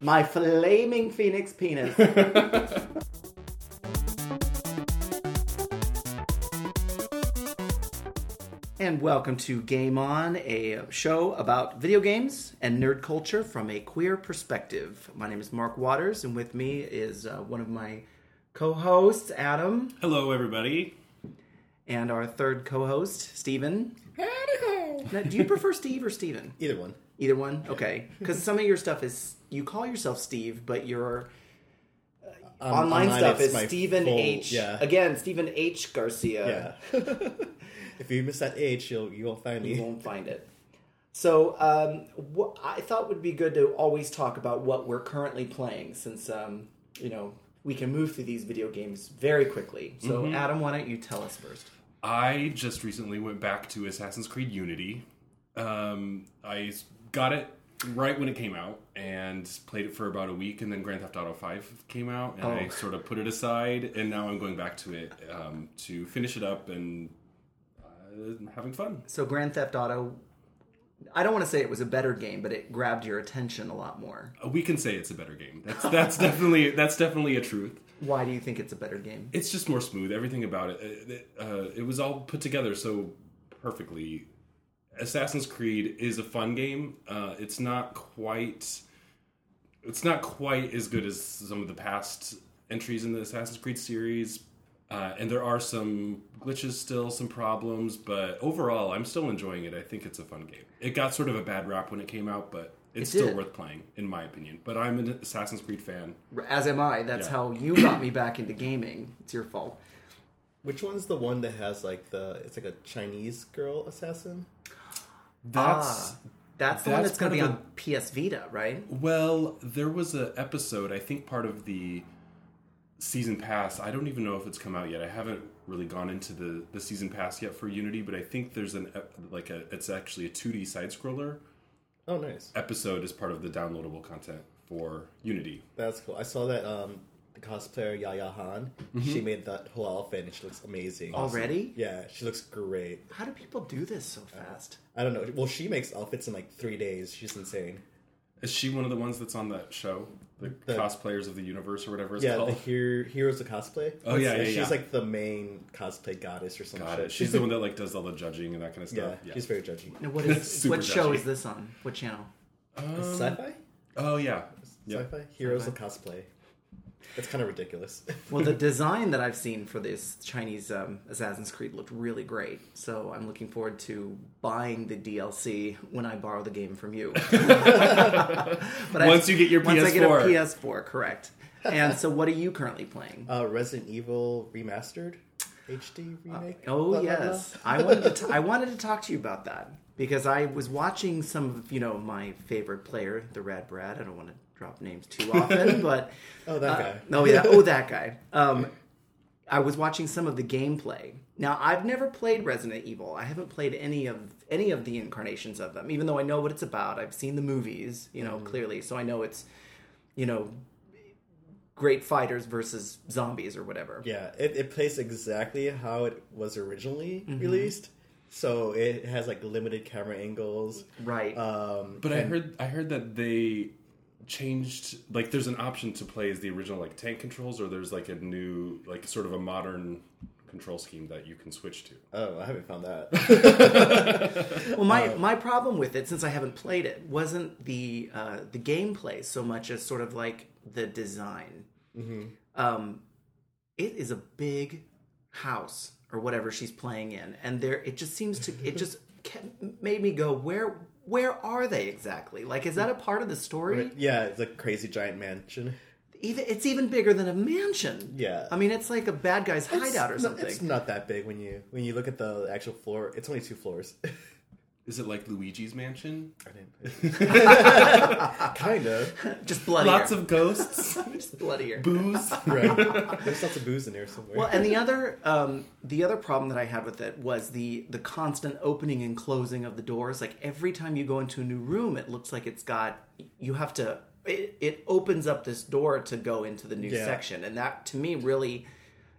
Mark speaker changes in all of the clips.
Speaker 1: My flaming phoenix penis. and welcome to Game On, a show about video games and nerd culture from a queer perspective. My name is Mark Waters, and with me is uh, one of my co-hosts, Adam,
Speaker 2: Hello, everybody.
Speaker 1: and our third co-host, Steven. Now, do you prefer Steve or Steven?
Speaker 3: Either one.
Speaker 1: Either one? Okay. Because some of your stuff is, you call yourself Steve, but your uh,
Speaker 3: Um,
Speaker 1: online, stuff
Speaker 3: it's
Speaker 1: is
Speaker 3: my
Speaker 1: Stephen
Speaker 3: full-
Speaker 1: H.
Speaker 3: Yeah.
Speaker 1: Again, Stephen H. Garcia.
Speaker 3: Yeah. if you miss that H, you'll you won't find
Speaker 1: You
Speaker 3: me.
Speaker 1: won't find it. So, um, what I thought would be good to always talk about what we're currently playing since, um, you know, we can move through these video games very quickly. So,
Speaker 3: Mm-hmm.
Speaker 1: Adam, why don't you tell us first?
Speaker 2: I just recently went back to Assassin's Creed Unity. Um, I s- got it right when it came out and played it for about a week, and then Grand Theft Auto Five came out, and I
Speaker 1: Oh.
Speaker 2: sort of put it aside, and now I'm going back to it um, to finish it up and uh, having fun.
Speaker 1: So, Grand Theft Auto, I don't want to say it was a better game, but it grabbed your attention a lot more.
Speaker 2: We can say it's a better game. That's that's definitely that's definitely a truth.
Speaker 1: Why do you think it's a better game?
Speaker 2: it's just more smooth. Everything about it, uh, uh, it was all put together so perfectly. Assassin's Creed is a fun game. Uh, it's not quite, it's not quite as good as some of the past entries in the Assassin's Creed series, uh, and there are some glitches still, some problems. But overall, I'm still enjoying it. I think it's a fun game. It got sort of a bad rap when it came out, but it's
Speaker 1: It
Speaker 2: still
Speaker 1: did.
Speaker 2: worth playing, in my opinion. But I'm an Assassin's Creed fan.
Speaker 1: As am I. That's
Speaker 2: Yeah.
Speaker 1: how you got me back into gaming. It's your fault.
Speaker 3: Which one's the one that has like the it's like a Chinese girl assassin?
Speaker 2: That's
Speaker 1: ah, that's the one
Speaker 2: that's
Speaker 1: that's going to be
Speaker 2: kind of
Speaker 1: on PS Vita, right?
Speaker 2: Well, there was a episode, I think part of the season pass. I don't even know if it's come out yet. I haven't really gone into the, the season pass yet for Unity, but I think there's an ep- like a it's actually a 2D side scroller
Speaker 3: Oh, nice.
Speaker 2: episode as part of the downloadable content for Unity.
Speaker 3: That's cool. I saw that um the cosplayer Yaya Han.
Speaker 2: Mm-hmm.
Speaker 3: She made that whole outfit and she looks amazing.
Speaker 1: Already?
Speaker 3: Yeah, she looks great.
Speaker 1: How do people do this so
Speaker 2: Uh,
Speaker 1: fast?
Speaker 3: I don't know. Well, she makes outfits in like three days. She's insane.
Speaker 2: Is she one of the ones that's on that show, the,
Speaker 3: The-
Speaker 2: cosplayers of the universe or whatever it's
Speaker 3: Yeah,
Speaker 2: called?
Speaker 3: the hero, heroes of cosplay.
Speaker 2: Oh, yeah, yeah,
Speaker 3: she's
Speaker 2: yeah.
Speaker 3: like the main cosplay goddess or something.
Speaker 2: Got it. She's the one that like does all the judging and that kind of
Speaker 3: yeah,
Speaker 2: stuff. Yeah.
Speaker 3: she's very judgy.
Speaker 1: Now, what is
Speaker 2: Super
Speaker 1: what show
Speaker 2: dodgy.
Speaker 1: is this on? What channel?
Speaker 3: Sci-fi.
Speaker 2: Um, oh yeah. Yeah.
Speaker 3: Sci-fi heroes of cosplay. It's kind of ridiculous.
Speaker 1: Well, the design that I've seen for this Chinese um, Assassin's Creed looked really great, so I'm looking forward to buying the DLC when I borrow the game from you. but I-
Speaker 2: Once you get your
Speaker 1: once I get a
Speaker 2: PS4.
Speaker 1: PS4, correct? And so, what are you currently playing?
Speaker 3: Uh, Resident Evil remastered, HD remake.
Speaker 1: Oh
Speaker 3: blah, blah,
Speaker 1: yes,
Speaker 3: blah.
Speaker 1: I wanted to t- I wanted to talk to you about that because I was watching some of you know my favorite player, the Rad Brad. I don't want to drop names too often, but
Speaker 3: Oh, that
Speaker 1: uh,
Speaker 3: guy.
Speaker 1: oh yeah, oh that guy. Um, I was watching some of the gameplay. Now I've never played Resident Evil. I haven't played any of any of the incarnations of them, even though I know what it's about. I've seen the movies, you
Speaker 3: Mm-hmm.
Speaker 1: know, clearly, so I know it's you know great fighters versus zombies or whatever.
Speaker 3: Yeah, it, it plays exactly how it was originally
Speaker 1: Mm-hmm.
Speaker 3: released. So it has like limited camera angles.
Speaker 1: Right.
Speaker 3: Um,
Speaker 2: But I heard I heard that they changed like there's an option to play as the original like tank controls or there's like a new like sort of a modern control scheme that you can switch to.
Speaker 3: oh, I haven't found that.
Speaker 1: Well, my,
Speaker 3: Uh,
Speaker 1: my problem with it, since I haven't played it, wasn't the uh, the gameplay so much as sort of like the design.
Speaker 3: Mm-hmm.
Speaker 1: Um, it is a big house or whatever she's playing in, and there it just seems to it just kept, made me go where where are they exactly? Like, is that a part of the story?
Speaker 3: yeah, it's a crazy giant mansion.
Speaker 1: Even it's even bigger than a mansion.
Speaker 3: Yeah.
Speaker 1: I mean it's like a bad guy's hideout or
Speaker 3: It's not-
Speaker 1: something.
Speaker 3: It's not that big when you when you look at the actual floor. It's only two floors.
Speaker 2: Is it like Luigi's Mansion?
Speaker 1: Oh,
Speaker 3: I didn't. kind of.
Speaker 1: just bloodier.
Speaker 2: Lots of ghosts,
Speaker 1: just bloodier.
Speaker 2: booze.
Speaker 3: Right. There's lots of booze in there somewhere.
Speaker 1: Well, and the other um, the other problem that I had with it was the the constant opening and closing of the doors. Like every time you go into a new room, it looks like it's got you have to it, it opens up this door to go into the new
Speaker 3: Yeah.
Speaker 1: section, and that to me really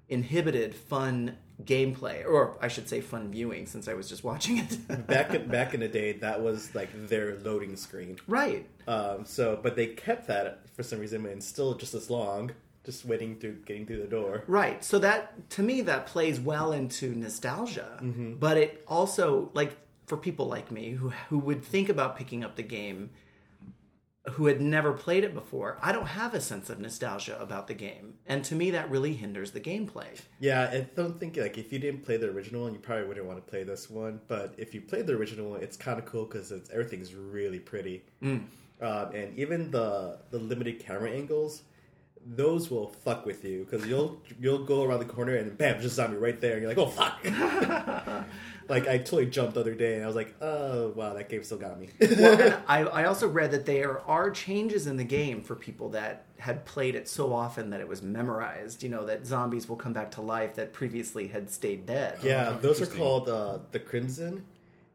Speaker 1: inhibited fun gameplay, or I should say, fun viewing, since I was just watching it.
Speaker 3: back in, back in the day, that was like their loading screen.
Speaker 1: right.
Speaker 3: Um, so, but they kept that for some reason, and still just as long, just waiting through getting through the door.
Speaker 1: Right. So that to me that plays well into nostalgia,
Speaker 2: Mm-hmm.
Speaker 1: but it also like for people like me who who would think about picking up the game who had never played it before, I don't have a sense of nostalgia about the game. And to me that really hinders the gameplay.
Speaker 3: Yeah, I don't think like if you didn't play the original, you probably wouldn't want to play this one. But if you played the original, it's kind of cool because everything's really pretty, um, and even the the limited camera angles, those will fuck with you because you'll you'll go around the corner and bam, just zombie right there, and you're like, oh fuck. like I totally jumped the other day, and I was like, oh wow, that game still got me.
Speaker 1: Well, and I, I also read that there are changes in the game for people that had played it so often that it was memorized. You know, that zombies will come back to life that previously had stayed dead.
Speaker 3: Yeah, those are
Speaker 2: Oh, interesting.
Speaker 3: called uh, the Crimson,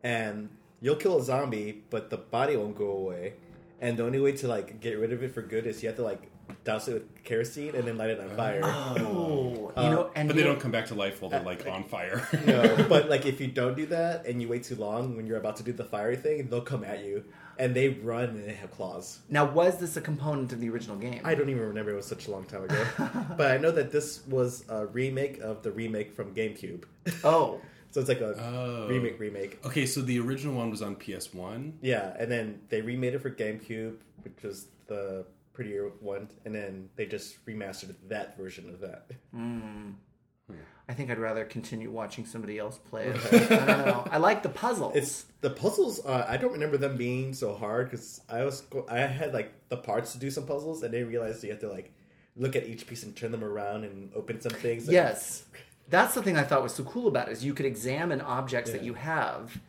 Speaker 3: and you'll kill a zombie, but the body won't go away. And the only way to like get rid of it for good is you have to like douse it with kerosene and then light it on fire.
Speaker 1: Oh, you know, and
Speaker 2: Uh, But they
Speaker 1: you-
Speaker 2: don't come back to life while they're like on fire.
Speaker 3: No, but like if you don't do that and you wait too long when you're about to do the fire thing, they'll come at you and they run and they have claws.
Speaker 1: Now, was this a component of the original game?
Speaker 3: I don't even remember; it was such a long time ago. but I know that this was a remake of the remake from GameCube,
Speaker 1: oh,
Speaker 3: so it's like a
Speaker 2: Oh.
Speaker 3: remake remake.
Speaker 2: okay, so the original one was on PS One.
Speaker 3: Yeah, and then they remade it for GameCube, which was the prettier one, and then they just remastered that version of that.
Speaker 1: I think I'd rather continue watching somebody else play it. I don't know. I like the puzzles.
Speaker 3: It's the puzzles. Uh, I don't remember them being so hard because I was go- I had like the parts to do some puzzles, and they realized you have to like look at each piece and turn them around and open some things. and-
Speaker 1: yes, that's the thing I thought was so cool about it is you could examine objects that you have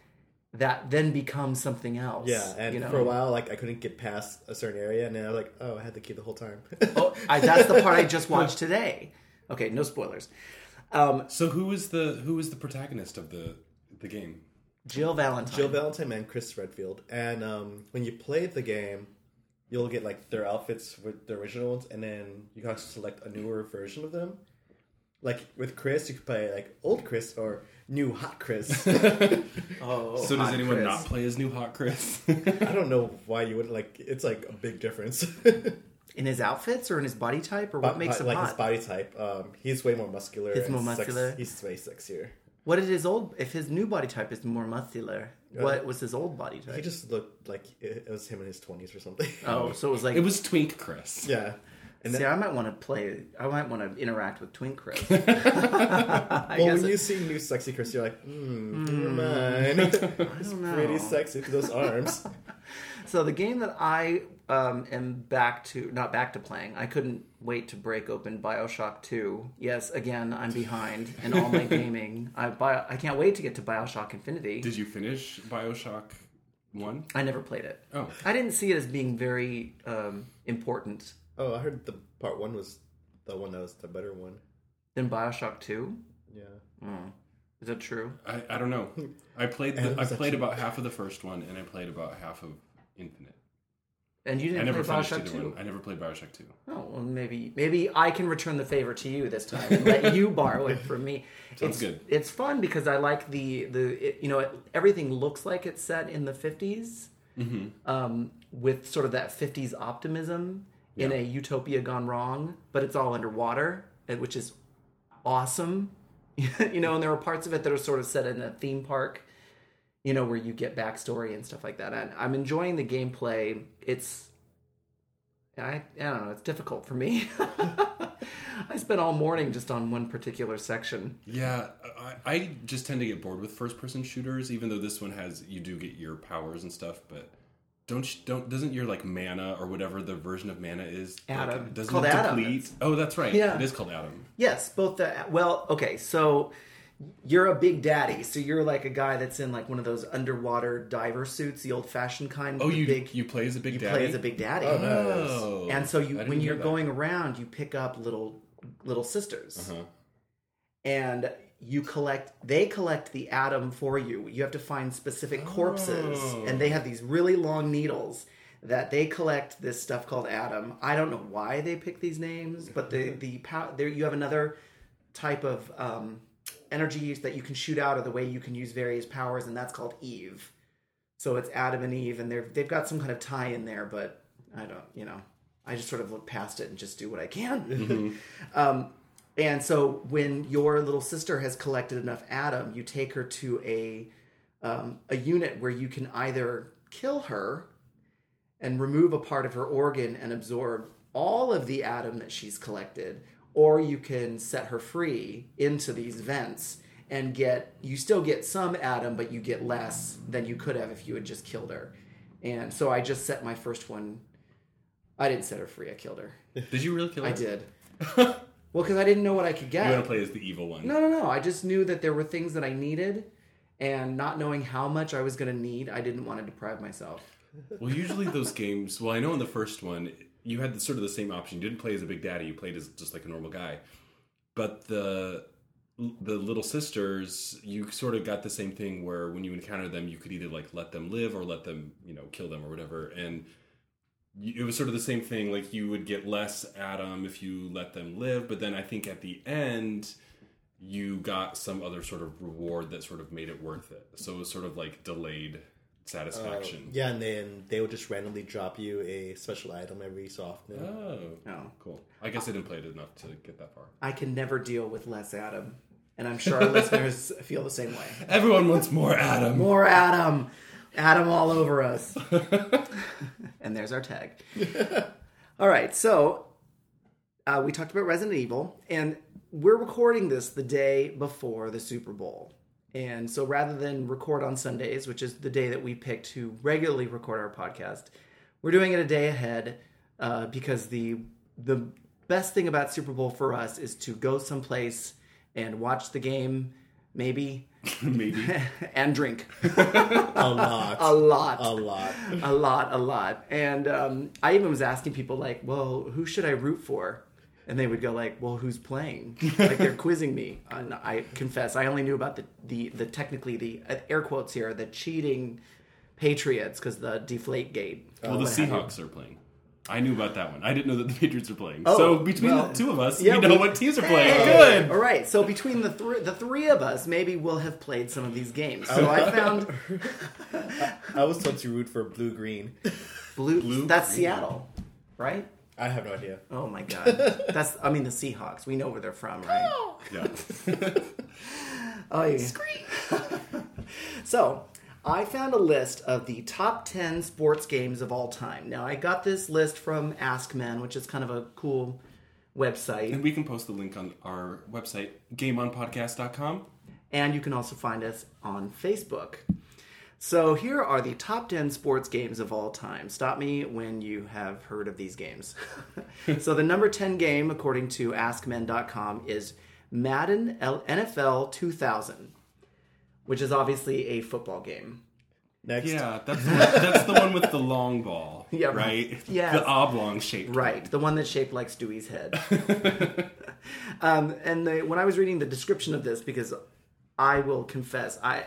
Speaker 1: that then become something else.
Speaker 3: Yeah, and
Speaker 1: you know?
Speaker 3: for a while, like I couldn't get past a certain area, and then I was like, "Oh, I had the key the whole time."
Speaker 1: Oh, I, that's the part I just watched today. Okay, no spoilers. Um,
Speaker 2: So who is the who is the protagonist of the the game?
Speaker 1: Jill Valentine.
Speaker 3: Jill Valentine and Chris Redfield. And um, when you play the game, you'll get like their outfits with the original ones, and then you can also select a newer version of them. Like with Chris, you could play like old Chris or new hot Chris.
Speaker 1: oh,
Speaker 2: So does
Speaker 1: hot
Speaker 2: anyone
Speaker 1: Chris.
Speaker 2: not play as new hot Chris?
Speaker 3: I don't know why you wouldn't like. It's like a big difference.
Speaker 1: in his outfits or in his body type or what
Speaker 3: But
Speaker 1: makes him
Speaker 3: like
Speaker 1: hot?
Speaker 3: his body type, um, he's way more muscular.
Speaker 1: He's
Speaker 3: and
Speaker 1: more
Speaker 3: sex-
Speaker 1: muscular.
Speaker 3: he's way sexier.
Speaker 1: What did his old? If his new body type is more muscular, what was his old body
Speaker 3: Uh, He
Speaker 1: type?
Speaker 3: just looked like it was him in his twenties or something.
Speaker 1: oh, so it was like.
Speaker 2: it was Twink Chris.
Speaker 3: yeah, and
Speaker 1: see,
Speaker 3: then,
Speaker 1: I might want to play. I might want to interact with Twin Chris. I
Speaker 3: well,
Speaker 1: guess
Speaker 3: when
Speaker 1: it-
Speaker 3: you see new sexy Chris, you're like, hmm, never mind.
Speaker 1: I don't know.
Speaker 3: pretty sexy with those arms.
Speaker 1: So the game that I um, am back to, not back to playing. I couldn't wait to break open Bioshock Two. Yes, again, I'm behind in all my gaming. I bio, I can't wait to get to Bioshock Infinity.
Speaker 2: Did you finish Bioshock One?
Speaker 1: I never played it.
Speaker 2: Oh.
Speaker 1: I didn't see it as being very um, important
Speaker 3: oh, I heard the part one was the one that was the better one.
Speaker 1: than Bioshock Two.
Speaker 3: Yeah.
Speaker 1: Is that true?
Speaker 2: I, I don't know. I played the, I
Speaker 3: Adam's
Speaker 2: played
Speaker 3: actually-
Speaker 2: about half of the first one, and I played about half of Infinite.
Speaker 1: And you
Speaker 2: I
Speaker 1: didn't
Speaker 2: never
Speaker 1: play
Speaker 2: finished
Speaker 1: Bioshock
Speaker 2: either
Speaker 1: Two.
Speaker 2: one. I never played Bioshock Two.
Speaker 1: Oh well, maybe maybe I can return the favor to you this time and let you borrow it from me.
Speaker 2: Sounds
Speaker 1: it's,
Speaker 2: good.
Speaker 1: It's fun because I like the the it, you know it, everything looks like it's set in the 50s
Speaker 2: Mm-hmm.
Speaker 1: um, with sort of that fifties optimism in a utopia gone wrong, but it's all underwater, and- which is awesome. you know, and there are parts of it that are sort of set in a theme park you know, where you get backstory and stuff like that. And I'm enjoying the gameplay. It's I, I don't know, it's difficult for me. I spent all morning just on one particular section.
Speaker 2: Yeah, I, I just tend to get bored with first person shooters, even though this one has you do get your powers and stuff, but. Don't you, don't doesn't your like mana or whatever the version of mana is like,
Speaker 1: Adam.
Speaker 2: doesn't
Speaker 1: Called
Speaker 2: it
Speaker 1: Adam.
Speaker 2: deplete? Oh, that's right.
Speaker 1: Yeah.
Speaker 2: it is called Adam.
Speaker 1: Yes, both the well, okay, so you're a big daddy, so you're like a guy that's in like one of those underwater diver suits, the old fashioned kind.
Speaker 2: Oh,
Speaker 1: with the
Speaker 2: you
Speaker 1: big
Speaker 2: you play as a big daddy.
Speaker 1: play as a big daddy.
Speaker 2: Oh,
Speaker 1: And so you,
Speaker 2: I didn't
Speaker 1: when
Speaker 2: hear
Speaker 1: you're
Speaker 2: that.
Speaker 1: going around, you pick up little little sisters,
Speaker 2: Uh-huh.
Speaker 1: and you collect. They collect the atom for you. You have to find specific corpses,
Speaker 2: Oh.
Speaker 1: and they have these really long needles that they collect this stuff called atom. I don't know why they pick these names, but the the pow- there you have another type of um, energy that you can shoot out are the way you can use various powers, and that's called Eve. So it's Adam and Eve, and they've they've got some kind of tie in there, but I don't, you know, I just sort of look past it and just do what I can. um, and so when your little sister has collected enough Adam, you take her to a um, a unit where you can either kill her and remove a part of her organ and absorb all of the atom that she's collected, or you can set her free into these vents and get you still get some atom, but you get less than you could have if you had just killed her. And so I just set my first one. I didn't set her free. I killed her.
Speaker 2: Did you really kill her?
Speaker 1: I did. well, because I didn't know what I could get.
Speaker 2: You want to play as the evil one?
Speaker 1: No, no, no. I just knew that there were things that I needed, and not knowing how much I was going to need, I didn't want to deprive myself.
Speaker 2: Well, usually those games. Well, I know in the first one you had the, sort of the same option. You didn't play as a big daddy. You played as just like a normal guy. But the the little sisters, you sort of got the same thing where when you encountered them, you could either like let them live or let them you know kill them or whatever. And you, it was sort of the same thing. Like you would get less Adam if you let them live. But then I think at the end. You got some other sort of reward that sort of made it worth it. So it was sort of like delayed satisfaction.
Speaker 3: Um, Yeah, and then they would just randomly drop you a special item every so often.
Speaker 2: Oh,
Speaker 1: No.
Speaker 2: cool. I guess I didn't play it enough to get that far.
Speaker 1: I can never deal with less Adam. And I'm sure our listeners feel the same way.
Speaker 2: Everyone wants more Adam.
Speaker 1: More Adam. Adam all over us. and there's our tag. all right, so uh, we talked about Resident Evil, and we're recording this the day before the Super Bowl. And so rather than record on Sundays, which is the day that we picked to regularly record our podcast, we're doing it a day ahead uh, because the the best thing about Super Bowl for us is to go someplace and watch the game, maybe,
Speaker 2: Maybe.
Speaker 1: and drink
Speaker 3: A lot.
Speaker 1: a lot
Speaker 3: a lot.
Speaker 1: a lot, a lot. And um, I even was asking people like, "Well, who should I root for?" And they would go like, "Well, who's playing?" like they're quizzing me. And I confess, I only knew about the the, the technically the uh, air quotes here the cheating Patriots because the Deflate Gate.
Speaker 2: Well, Oh, the Seahawks are playing. I knew about that one. I didn't know that the Patriots are playing. so between
Speaker 1: Oh, well,
Speaker 2: the two of us,
Speaker 1: yeah,
Speaker 2: we know
Speaker 1: we-
Speaker 2: what teams are playing.
Speaker 1: Hey!
Speaker 2: Good.
Speaker 1: All right. So between the three the three of us, maybe we'll have played some of these games. So I found
Speaker 3: I was told to root for blue green.
Speaker 1: blue.
Speaker 2: Blue?
Speaker 1: that's Seattle, right?
Speaker 3: I have no idea.
Speaker 1: Oh my god. That's I mean the Seahawks. We know where they're from, right?
Speaker 2: Yeah.
Speaker 1: Oh, yeah. so, I found a list of the top 10 sports games of all time. Now, I got this list from Ask Men, which is kind of a cool website.
Speaker 2: And we can post the link on our website, gameonpodcast.com.
Speaker 1: And you can also find us on Facebook. So, here are the top 10 sports games of all time. Stop me when you have heard of these games. so, the number 10 game, according to AskMen.com, is Madden L- NFL 2000, which is obviously a football game.
Speaker 3: Next.
Speaker 2: Yeah, that's the one, that's the one with the long ball.
Speaker 1: Yeah,
Speaker 2: Right?
Speaker 1: yes.
Speaker 2: The oblong shape.
Speaker 1: Right, the one that's shaped like Stewie's head. um, and the, when I was reading the description of this, because I will confess, I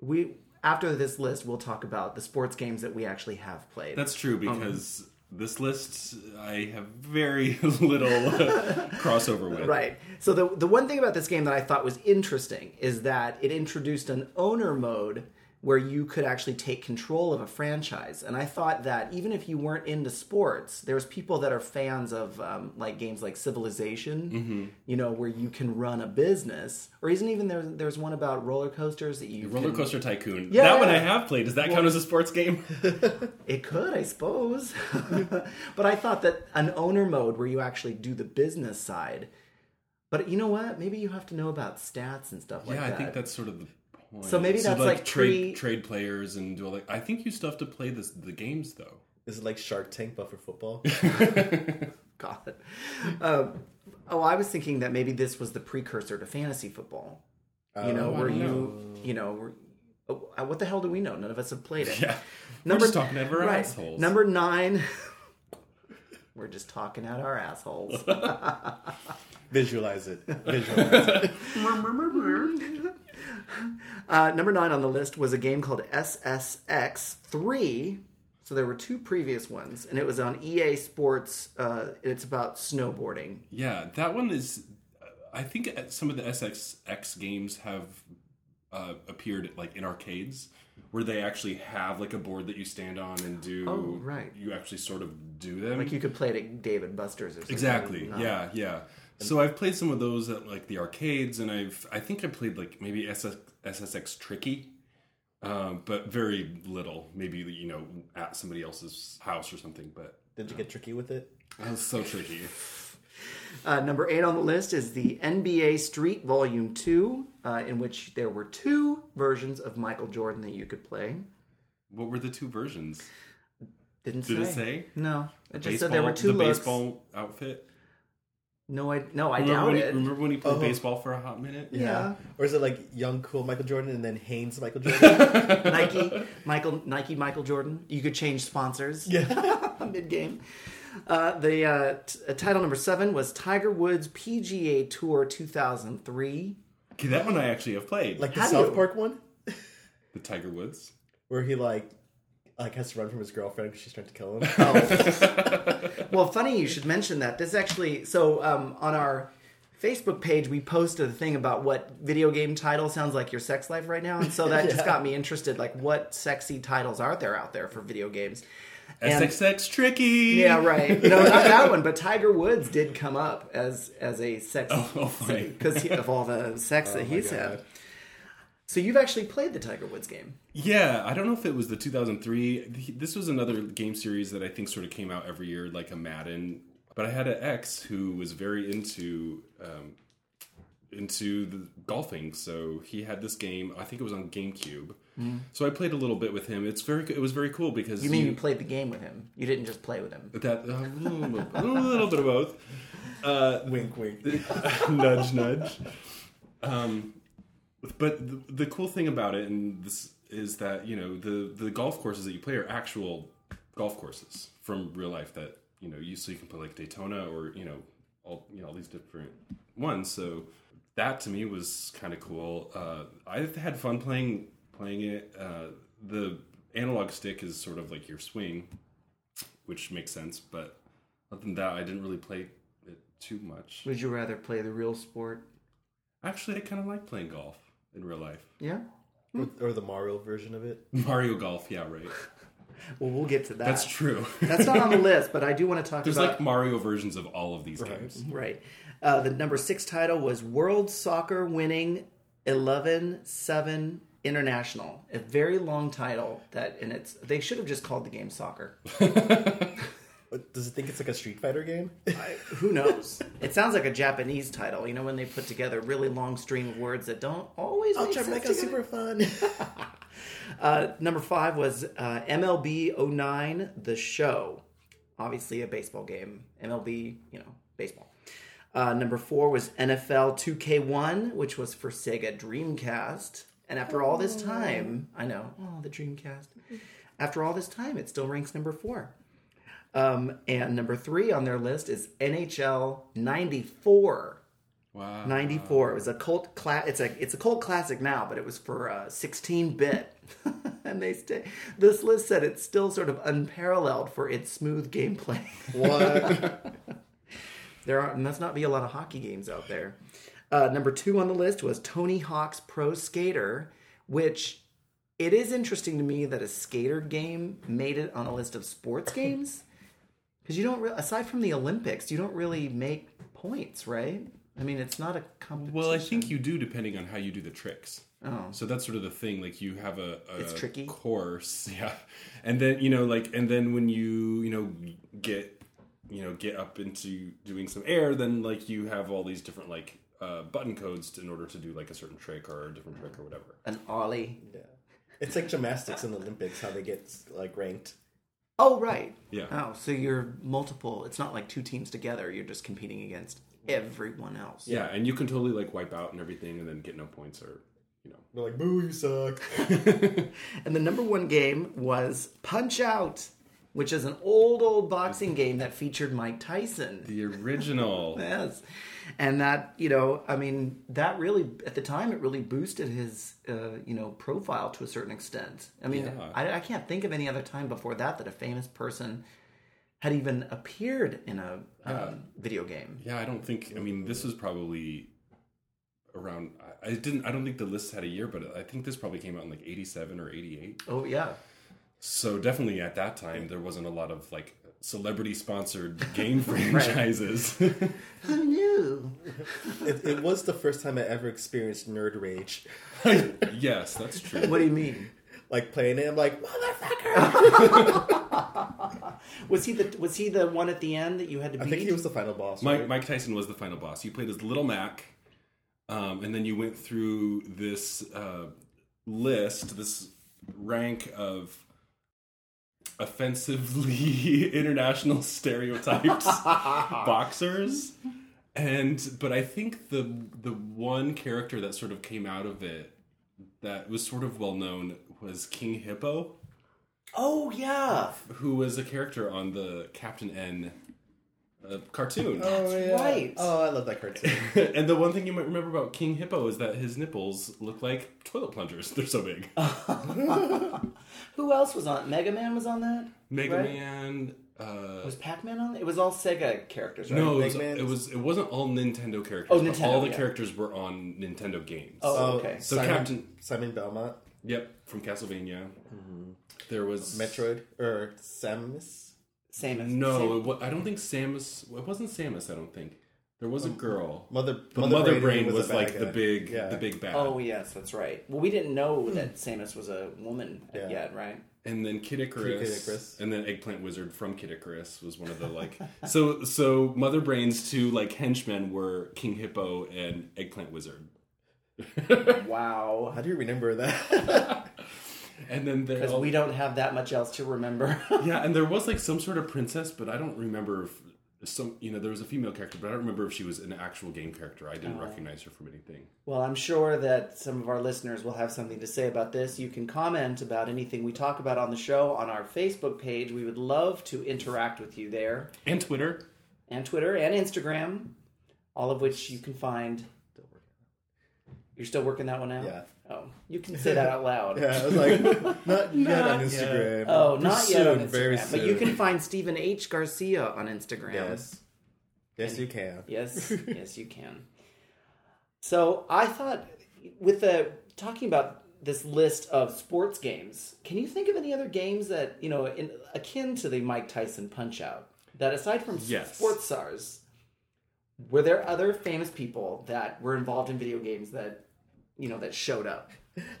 Speaker 1: we after this list we'll talk about the sports games that we actually have played.
Speaker 2: That's true
Speaker 1: Uh-huh.
Speaker 2: because this list I have very little uh, crossover with.
Speaker 1: right. So the the one thing about this game that I thought was interesting is that it introduced an owner mode where you could actually take control of a franchise. And I thought that even if you weren't into sports, there's people that are fans of um, like games like Civilization,
Speaker 2: Mm-hmm.
Speaker 1: you know, where you can run a business. Or isn't even there? There's one about roller coasters that you
Speaker 2: Roller
Speaker 1: can-
Speaker 2: Coaster Tycoon.
Speaker 1: Yeah,
Speaker 2: that
Speaker 1: yeah,
Speaker 2: one I
Speaker 1: yeah.
Speaker 2: have played. Does that count as a sports game?
Speaker 1: It could, I suppose. but I thought that an owner mode where you actually do the business side. But you know what? Maybe you have to know about stats and stuff like
Speaker 2: yeah, I
Speaker 1: that.
Speaker 2: think that's sort of the point.
Speaker 1: So maybe that's, like, pre-
Speaker 2: trade trade players and do all like. I think you still have to play this, the games though.
Speaker 3: Is it like Shark Tank but for football?
Speaker 1: God. Um, oh, I was thinking that maybe this was the precursor to fantasy football. You know,
Speaker 2: Oh, I
Speaker 1: where
Speaker 2: don't
Speaker 1: you,
Speaker 2: know.
Speaker 1: you know, where, oh, uh, what the hell do we know? None of us have played it.
Speaker 2: Yeah, we're just talking out of our
Speaker 1: right.
Speaker 2: assholes.
Speaker 1: Number nine. we're just talking out our assholes.
Speaker 3: Visualize it. Visualize it.
Speaker 1: Uh, number nine on the list was a game called SSX three. So there were two previous ones, and it E was on EA Sports. Uh, and it's about snowboarding.
Speaker 2: yeah, that one is. uh, I think at- some of the SXX games have uh, appeared like in arcades where they actually have like a board that you stand on and do.
Speaker 1: Oh, right.
Speaker 2: You actually sort of do them.
Speaker 1: Like you could play it at David Buster's or something.
Speaker 2: Exactly.
Speaker 1: No.
Speaker 2: Yeah, yeah. So I've played some of those at like the arcades, and I've I think I played like maybe SS, SSX Tricky, um, but very little. Maybe you know at somebody else's house or something. But
Speaker 3: Did you get tricky with it?
Speaker 2: that was so tricky.
Speaker 1: Uh, number eight on the list is the NBA Street Volume 2, uh, in which there were two versions of Michael Jordan that you could play.
Speaker 2: What were the two versions?
Speaker 1: Didn't
Speaker 2: Did it say?
Speaker 1: No. It just said there were two
Speaker 2: the
Speaker 1: looks.
Speaker 2: baseball outfit.
Speaker 1: No, I, no, I
Speaker 2: Remember
Speaker 1: doubt
Speaker 2: when, he-
Speaker 1: it. Uh-huh.
Speaker 2: remember when he played baseball for a hot minute?
Speaker 1: Yeah.
Speaker 3: Or is it like young, cool Michael Jordan and then Haynes Michael Jordan?
Speaker 1: Nike, Michael, Nike, Michael Jordan. You could change sponsors. Yeah, mid game. Uh, the uh, t- uh, title number seven was Tiger Woods PGA Tour 2003.
Speaker 2: Okay, that one I actually have played.
Speaker 3: like the
Speaker 1: How do
Speaker 3: South
Speaker 1: you-
Speaker 3: Park one?
Speaker 2: the Tiger Woods.
Speaker 3: Where he like like has to run from his girlfriend because she's trying to kill him. Oh,
Speaker 1: Well, funny you should mention that. This actually, so um, on our Facebook page, we posted a thing about what video game title sounds like your sex life right now, and so that just got me interested. Like, what sexy titles are there out there for video games? And-
Speaker 2: SXX Tricky.
Speaker 1: Yeah, right. No, not that one, but Tiger Woods did come up as as a sex
Speaker 2: Oh, funny.
Speaker 1: because of all the sex that he's had. So you've actually played the Tiger Woods game.
Speaker 2: Yeah, I don't know if it was the 2003. Th- This was another game series that I think sort of came out every year, like a Madden. But I had an ex who was very into um, into the golfing, so he had this game. I think it was on GameCube. So I played a little bit with him. It's very it was very cool because
Speaker 1: Mm. You mean
Speaker 2: he-
Speaker 1: you played the game with him? You didn't just play with him.
Speaker 2: that uh, a little- a little bit of both. Uh,
Speaker 3: wink, wink.
Speaker 2: nudge, nudge. Um, but the, the cool thing about it, and this is that you know the the golf courses that you play are actual golf courses from real life that you know you so you can play like Daytona or you know all you know all these different ones. So that to me was kind of cool. Uh, I've had fun playing playing it. Uh, the analog stick is sort of like your swing, which makes sense. But other than that, I didn't really play it too much.
Speaker 1: Would you rather play the real sport?
Speaker 2: Actually, I kind of like playing golf in real life.
Speaker 1: Yeah.
Speaker 3: Or, or the Mario version of it.
Speaker 2: Mario Golf, yeah, right.
Speaker 1: Well, we'll get to that.
Speaker 2: That's true.
Speaker 1: That's not on the list, but I do want to talk
Speaker 2: There's
Speaker 1: about.
Speaker 2: like Mario versions of all of these games.
Speaker 1: Right. Uh, the number six title was World Soccer Winning 11 7 International. A very long title that, and it's, they should have just called the game soccer.
Speaker 3: But Does it think it's like a Street Fighter game?
Speaker 1: Who knows? it sounds like a Japanese title, you know, when they put together a really long string of words that don't always make
Speaker 3: Ultra
Speaker 1: sense
Speaker 3: Mega
Speaker 1: together.
Speaker 3: Super Fun.
Speaker 1: Uh, number five was uh, MLB 09, The Show. Obviously, a baseball game. MLB, you know, baseball. Uh, number four was NFL 2K1, which was for Sega Dreamcast. And after all this time, I know, oh, the Dreamcast. After all this time, it still ranks number four. Um, and number three on their list is NHL 94.
Speaker 2: Wow.
Speaker 1: 94. It was a cult cla- it's a it's a cult classic now, but it was for uh, 16-bit. and they st- this list said it's still sort of unparalleled for its smooth gameplay.
Speaker 3: what?
Speaker 1: there are must not be a lot of hockey games out there. Uh, number 2 on the list was Tony Hawk's Pro Skater, which it is interesting to me that a skater game made it on a list of sports games because you don't re- aside from the Olympics, you don't really make points, right? I mean, it's not a competition.
Speaker 2: Well, I think you do depending on how you do the tricks. Oh. So that's sort of the thing. Like you have a, a
Speaker 1: It's tricky.
Speaker 2: course, yeah, and then you know, like, and then when you you know get you know get up into doing some air, then like you have all these different like uh, button codes to, in order to do like a certain trick or a different trick or whatever.
Speaker 1: an ollie.
Speaker 3: yeah. It's like gymnastics in the Olympics, how they get like ranked.
Speaker 1: Oh, right.
Speaker 2: Yeah.
Speaker 1: Oh, so you're multiple. It's not like two teams together. You're just competing against everyone else.
Speaker 2: Yeah, and you can totally like wipe out and everything, and then get no points or you know.
Speaker 3: They're like, boo, you suck.
Speaker 1: And the number one game was Punch Out, which is an old, old boxing game that featured Mike Tyson.
Speaker 2: The original.
Speaker 1: Yes. And that, you know, I mean, that really, at the time, it really boosted his, uh, you know, profile to a certain extent. I mean,
Speaker 2: Yeah.
Speaker 1: I, I can't think of any other time before that that a famous person had even appeared in a um, video game.
Speaker 2: yeah, I don't think. I mean, this was probably around. I, I didn't. I don't think the list had a year, but I think this probably came out in like '87 or '88.
Speaker 1: Oh yeah.
Speaker 2: So definitely at that time, there wasn't a lot of like celebrity-sponsored game franchises.
Speaker 1: Who knew?
Speaker 3: It, it was the first time I ever experienced nerd rage.
Speaker 2: yes, that's true.
Speaker 1: What do you mean?
Speaker 3: Like playing it, I'm like, motherfucker!
Speaker 1: Was he the was he the one at the end that you had to
Speaker 3: I
Speaker 1: beat?
Speaker 3: think he was the final boss.
Speaker 2: Mike,
Speaker 3: right?
Speaker 2: Mike Tyson was the final boss. You played as Little Mac, um, and then you went through this uh, list, this rank of offensively international stereotypes boxers. And but I think the the one character that sort of came out of it that was sort of well known was King Hippo,
Speaker 1: oh yeah.
Speaker 2: who was a character on the Captain N uh, cartoon.
Speaker 3: Oh, yeah.
Speaker 1: right.
Speaker 3: Oh, I love that cartoon.
Speaker 2: and the one thing you might remember about King Hippo is that his nipples look like toilet plungers. They're so big.
Speaker 1: Who else was on? Mega Man was on that.
Speaker 2: Mega
Speaker 1: Right.
Speaker 2: Man. Uh,
Speaker 1: Was Pac Man on? It It was all Sega characters, right?
Speaker 2: no, it was,
Speaker 3: Mega Man?
Speaker 2: it was. It wasn't all Nintendo characters.
Speaker 1: Oh,
Speaker 2: but
Speaker 1: Nintendo,
Speaker 2: all the
Speaker 1: yeah.
Speaker 2: characters were on Nintendo games.
Speaker 3: Uh,
Speaker 1: Oh, okay.
Speaker 2: So
Speaker 3: Simon,
Speaker 2: Captain-
Speaker 3: Simon Belmont,
Speaker 2: Yep, from Castlevania. Mm-hmm. There was
Speaker 3: Metroid, or Samus.
Speaker 1: Samus.
Speaker 2: No,
Speaker 1: Sam-
Speaker 2: it wa- I don't think Samus. It wasn't Samus. I don't think there was a girl.
Speaker 3: Mother,
Speaker 2: The Mother, Brain,
Speaker 3: a
Speaker 2: was,
Speaker 3: bad
Speaker 2: like the
Speaker 3: guy.
Speaker 2: big,
Speaker 3: Yeah.
Speaker 2: the big bad.
Speaker 1: Oh yes, that's right. Well, we didn't know that Samus was a woman
Speaker 3: Yeah.
Speaker 1: yet, right?
Speaker 2: and then Kid Icarus,
Speaker 3: Kid Icarus.
Speaker 2: and then Eggplant Wizard from Kid Icarus was one of the like. so so Mother Brain's two like henchmen were King Hippo and Eggplant Wizard,
Speaker 1: Wow.
Speaker 3: How do you remember that?
Speaker 2: and then there
Speaker 1: Because we don't have that much else to remember.
Speaker 2: yeah, and there was like some sort of princess, but I don't remember if some you know there was a female character, but I don't remember if she was an actual game character. I didn't recognize her from anything.
Speaker 1: well, I'm sure that some of our listeners will have something to say about this. You can comment about anything we talk about on the show on our Facebook page. We would love to interact with you there,
Speaker 2: And Twitter,
Speaker 1: and Twitter and Instagram, all of which you can find. You're still working that one out.
Speaker 3: Yeah.
Speaker 1: Oh, you can say that out loud.
Speaker 3: yeah, I was like, not, yet on Instagram.
Speaker 1: Oh, not yet on
Speaker 3: Soon,
Speaker 1: Instagram,
Speaker 3: very
Speaker 1: but you
Speaker 3: soon.
Speaker 1: can find Stephen H. Garcia on Instagram.
Speaker 3: Yes. Yes, you can.
Speaker 1: Yes, yes, you can. So I thought, with the talking about this list of sports games, can you think of any other games that you know in, akin to the Mike Tyson Punch Out? That aside from s-
Speaker 2: Yes.
Speaker 1: sports stars, were there other famous people that were involved in video games that you know that showed up?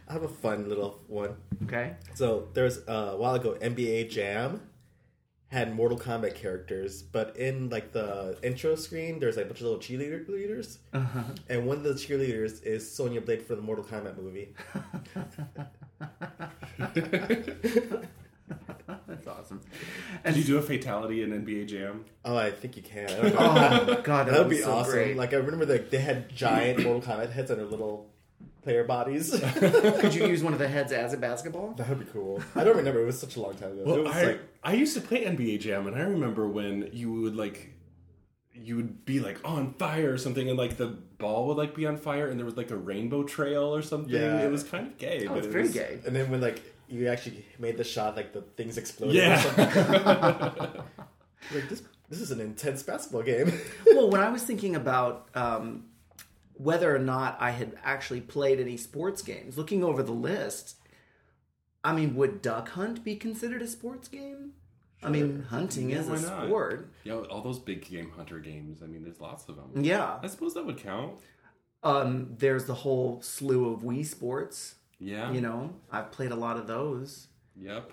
Speaker 3: I have a fun little one.
Speaker 1: Okay,
Speaker 3: So there was uh, a while ago, NBA Jam had Mortal Kombat characters, but in like the intro screen, there's like a bunch of little cheerleader leaders,
Speaker 2: Uh-huh.
Speaker 3: and one of the cheerleaders is Sonya Blade from the Mortal Kombat movie.
Speaker 1: that's awesome.
Speaker 2: did you do a fatality in NBA Jam?
Speaker 3: Oh, I think you can. I don't know.
Speaker 1: Oh God, that,
Speaker 3: That would
Speaker 1: was
Speaker 3: be
Speaker 1: so
Speaker 3: awesome.
Speaker 1: Great.
Speaker 3: Like I remember, like they had giant Mortal Kombat heads on their little player bodies. that
Speaker 1: Could you use one of the heads as a basketball?
Speaker 3: would be cool. I don't remember. It was such a long time ago. it
Speaker 2: Well,
Speaker 3: was
Speaker 2: I,
Speaker 3: like
Speaker 2: I used to play NBA Jam, and I remember when you would like, you would be like on fire or something, and like the ball would like be on fire, and there was like a rainbow trail or something.
Speaker 3: Yeah.
Speaker 2: It was kind of gay.
Speaker 1: Oh,
Speaker 2: but
Speaker 1: it's
Speaker 2: it
Speaker 1: very
Speaker 2: was-
Speaker 1: gay.
Speaker 3: And then when like you actually made the shot, like the things exploded. Or something.
Speaker 2: Yeah.
Speaker 3: Like this, this is an intense basketball game.
Speaker 1: well, when I was thinking about um, whether or not I had actually played any sports games, looking over the list, I mean, would Duck Hunt be considered a sports game? I mean, hunting is
Speaker 2: why
Speaker 1: a
Speaker 2: not?
Speaker 1: sport.
Speaker 2: yeah, all those big game hunter games. I mean, there's lots of them.
Speaker 1: Yeah.
Speaker 2: I suppose that would count.
Speaker 1: Um, there's the whole slew of Wii sports.
Speaker 2: Yeah.
Speaker 1: You know, I've played a lot of those.
Speaker 2: Yep.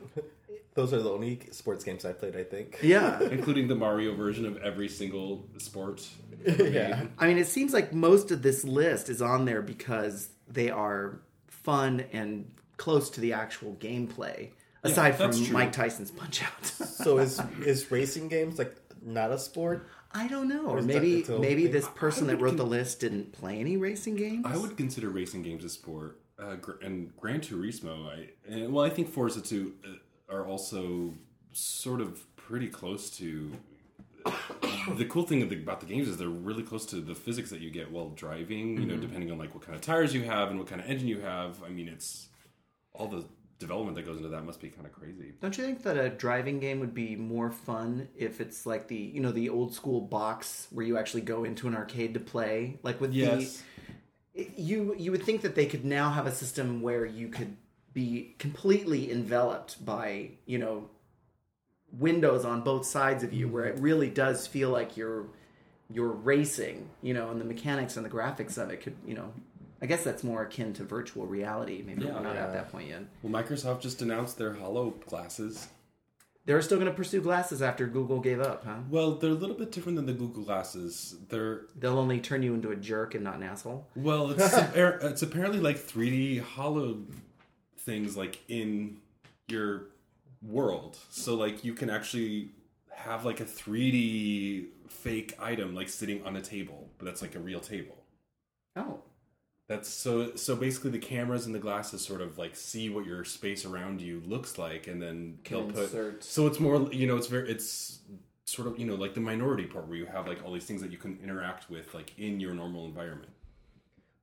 Speaker 3: Those are the only sports games I played. I think.
Speaker 1: Yeah.
Speaker 2: Including the Mario version of every single sport.
Speaker 3: yeah.
Speaker 1: I mean, it seems like most of this list is on there because they are fun and close to the actual gameplay, aside
Speaker 2: that's
Speaker 1: from
Speaker 2: true.
Speaker 1: Mike Tyson's Punch Out.
Speaker 3: So is is racing games like not a sport?
Speaker 1: I don't know. Or
Speaker 3: is that
Speaker 1: maybe
Speaker 3: its own
Speaker 1: maybe
Speaker 3: thing?
Speaker 1: this person that wrote the list didn't play any racing games.
Speaker 2: I would consider racing games a sport, uh, gr- and Gran Turismo. I and, well, I think Forza Two uh, are also sort of pretty close to. the cool thing of the- about the games is they're really close to the physics that you get while driving. You know, depending on like what kind of tires you have and what kind of engine you have. I mean, it's all the development that goes into that must be kind of crazy.
Speaker 1: Don't you think that a driving game would be more fun if it's like the you know the old school box where you actually go into an arcade to play? Like with
Speaker 2: Yes.
Speaker 1: the you you would think that they could now have a system where you could be completely enveloped by you know windows on both sides of you where
Speaker 2: Mm-hmm.
Speaker 1: it really does feel like you're you're racing you know and the mechanics and the graphics of it could you know i guess that's more akin to virtual reality maybe
Speaker 2: Yeah.
Speaker 1: we're not
Speaker 3: Yeah.
Speaker 1: at that point yet
Speaker 2: Well, Microsoft just announced their Hollow glasses.
Speaker 1: they're still going to pursue glasses after google gave up huh
Speaker 2: Well, they're a little bit different than the Google glasses. They're
Speaker 1: they'll only turn you into a jerk and not an asshole
Speaker 2: well, it's appar- it's apparently like 3D Hollow things like in your world. So like you can actually have like a 3D fake item like sitting on a table, but that's like a real table.
Speaker 1: oh
Speaker 2: That's so so basically the cameras and the glasses sort of like see what your space around you looks like and then they'll put
Speaker 1: insert.
Speaker 2: so it's more you know it's very it's sort of you know like the minority part where you have like all these things that you can interact with like in your normal environment.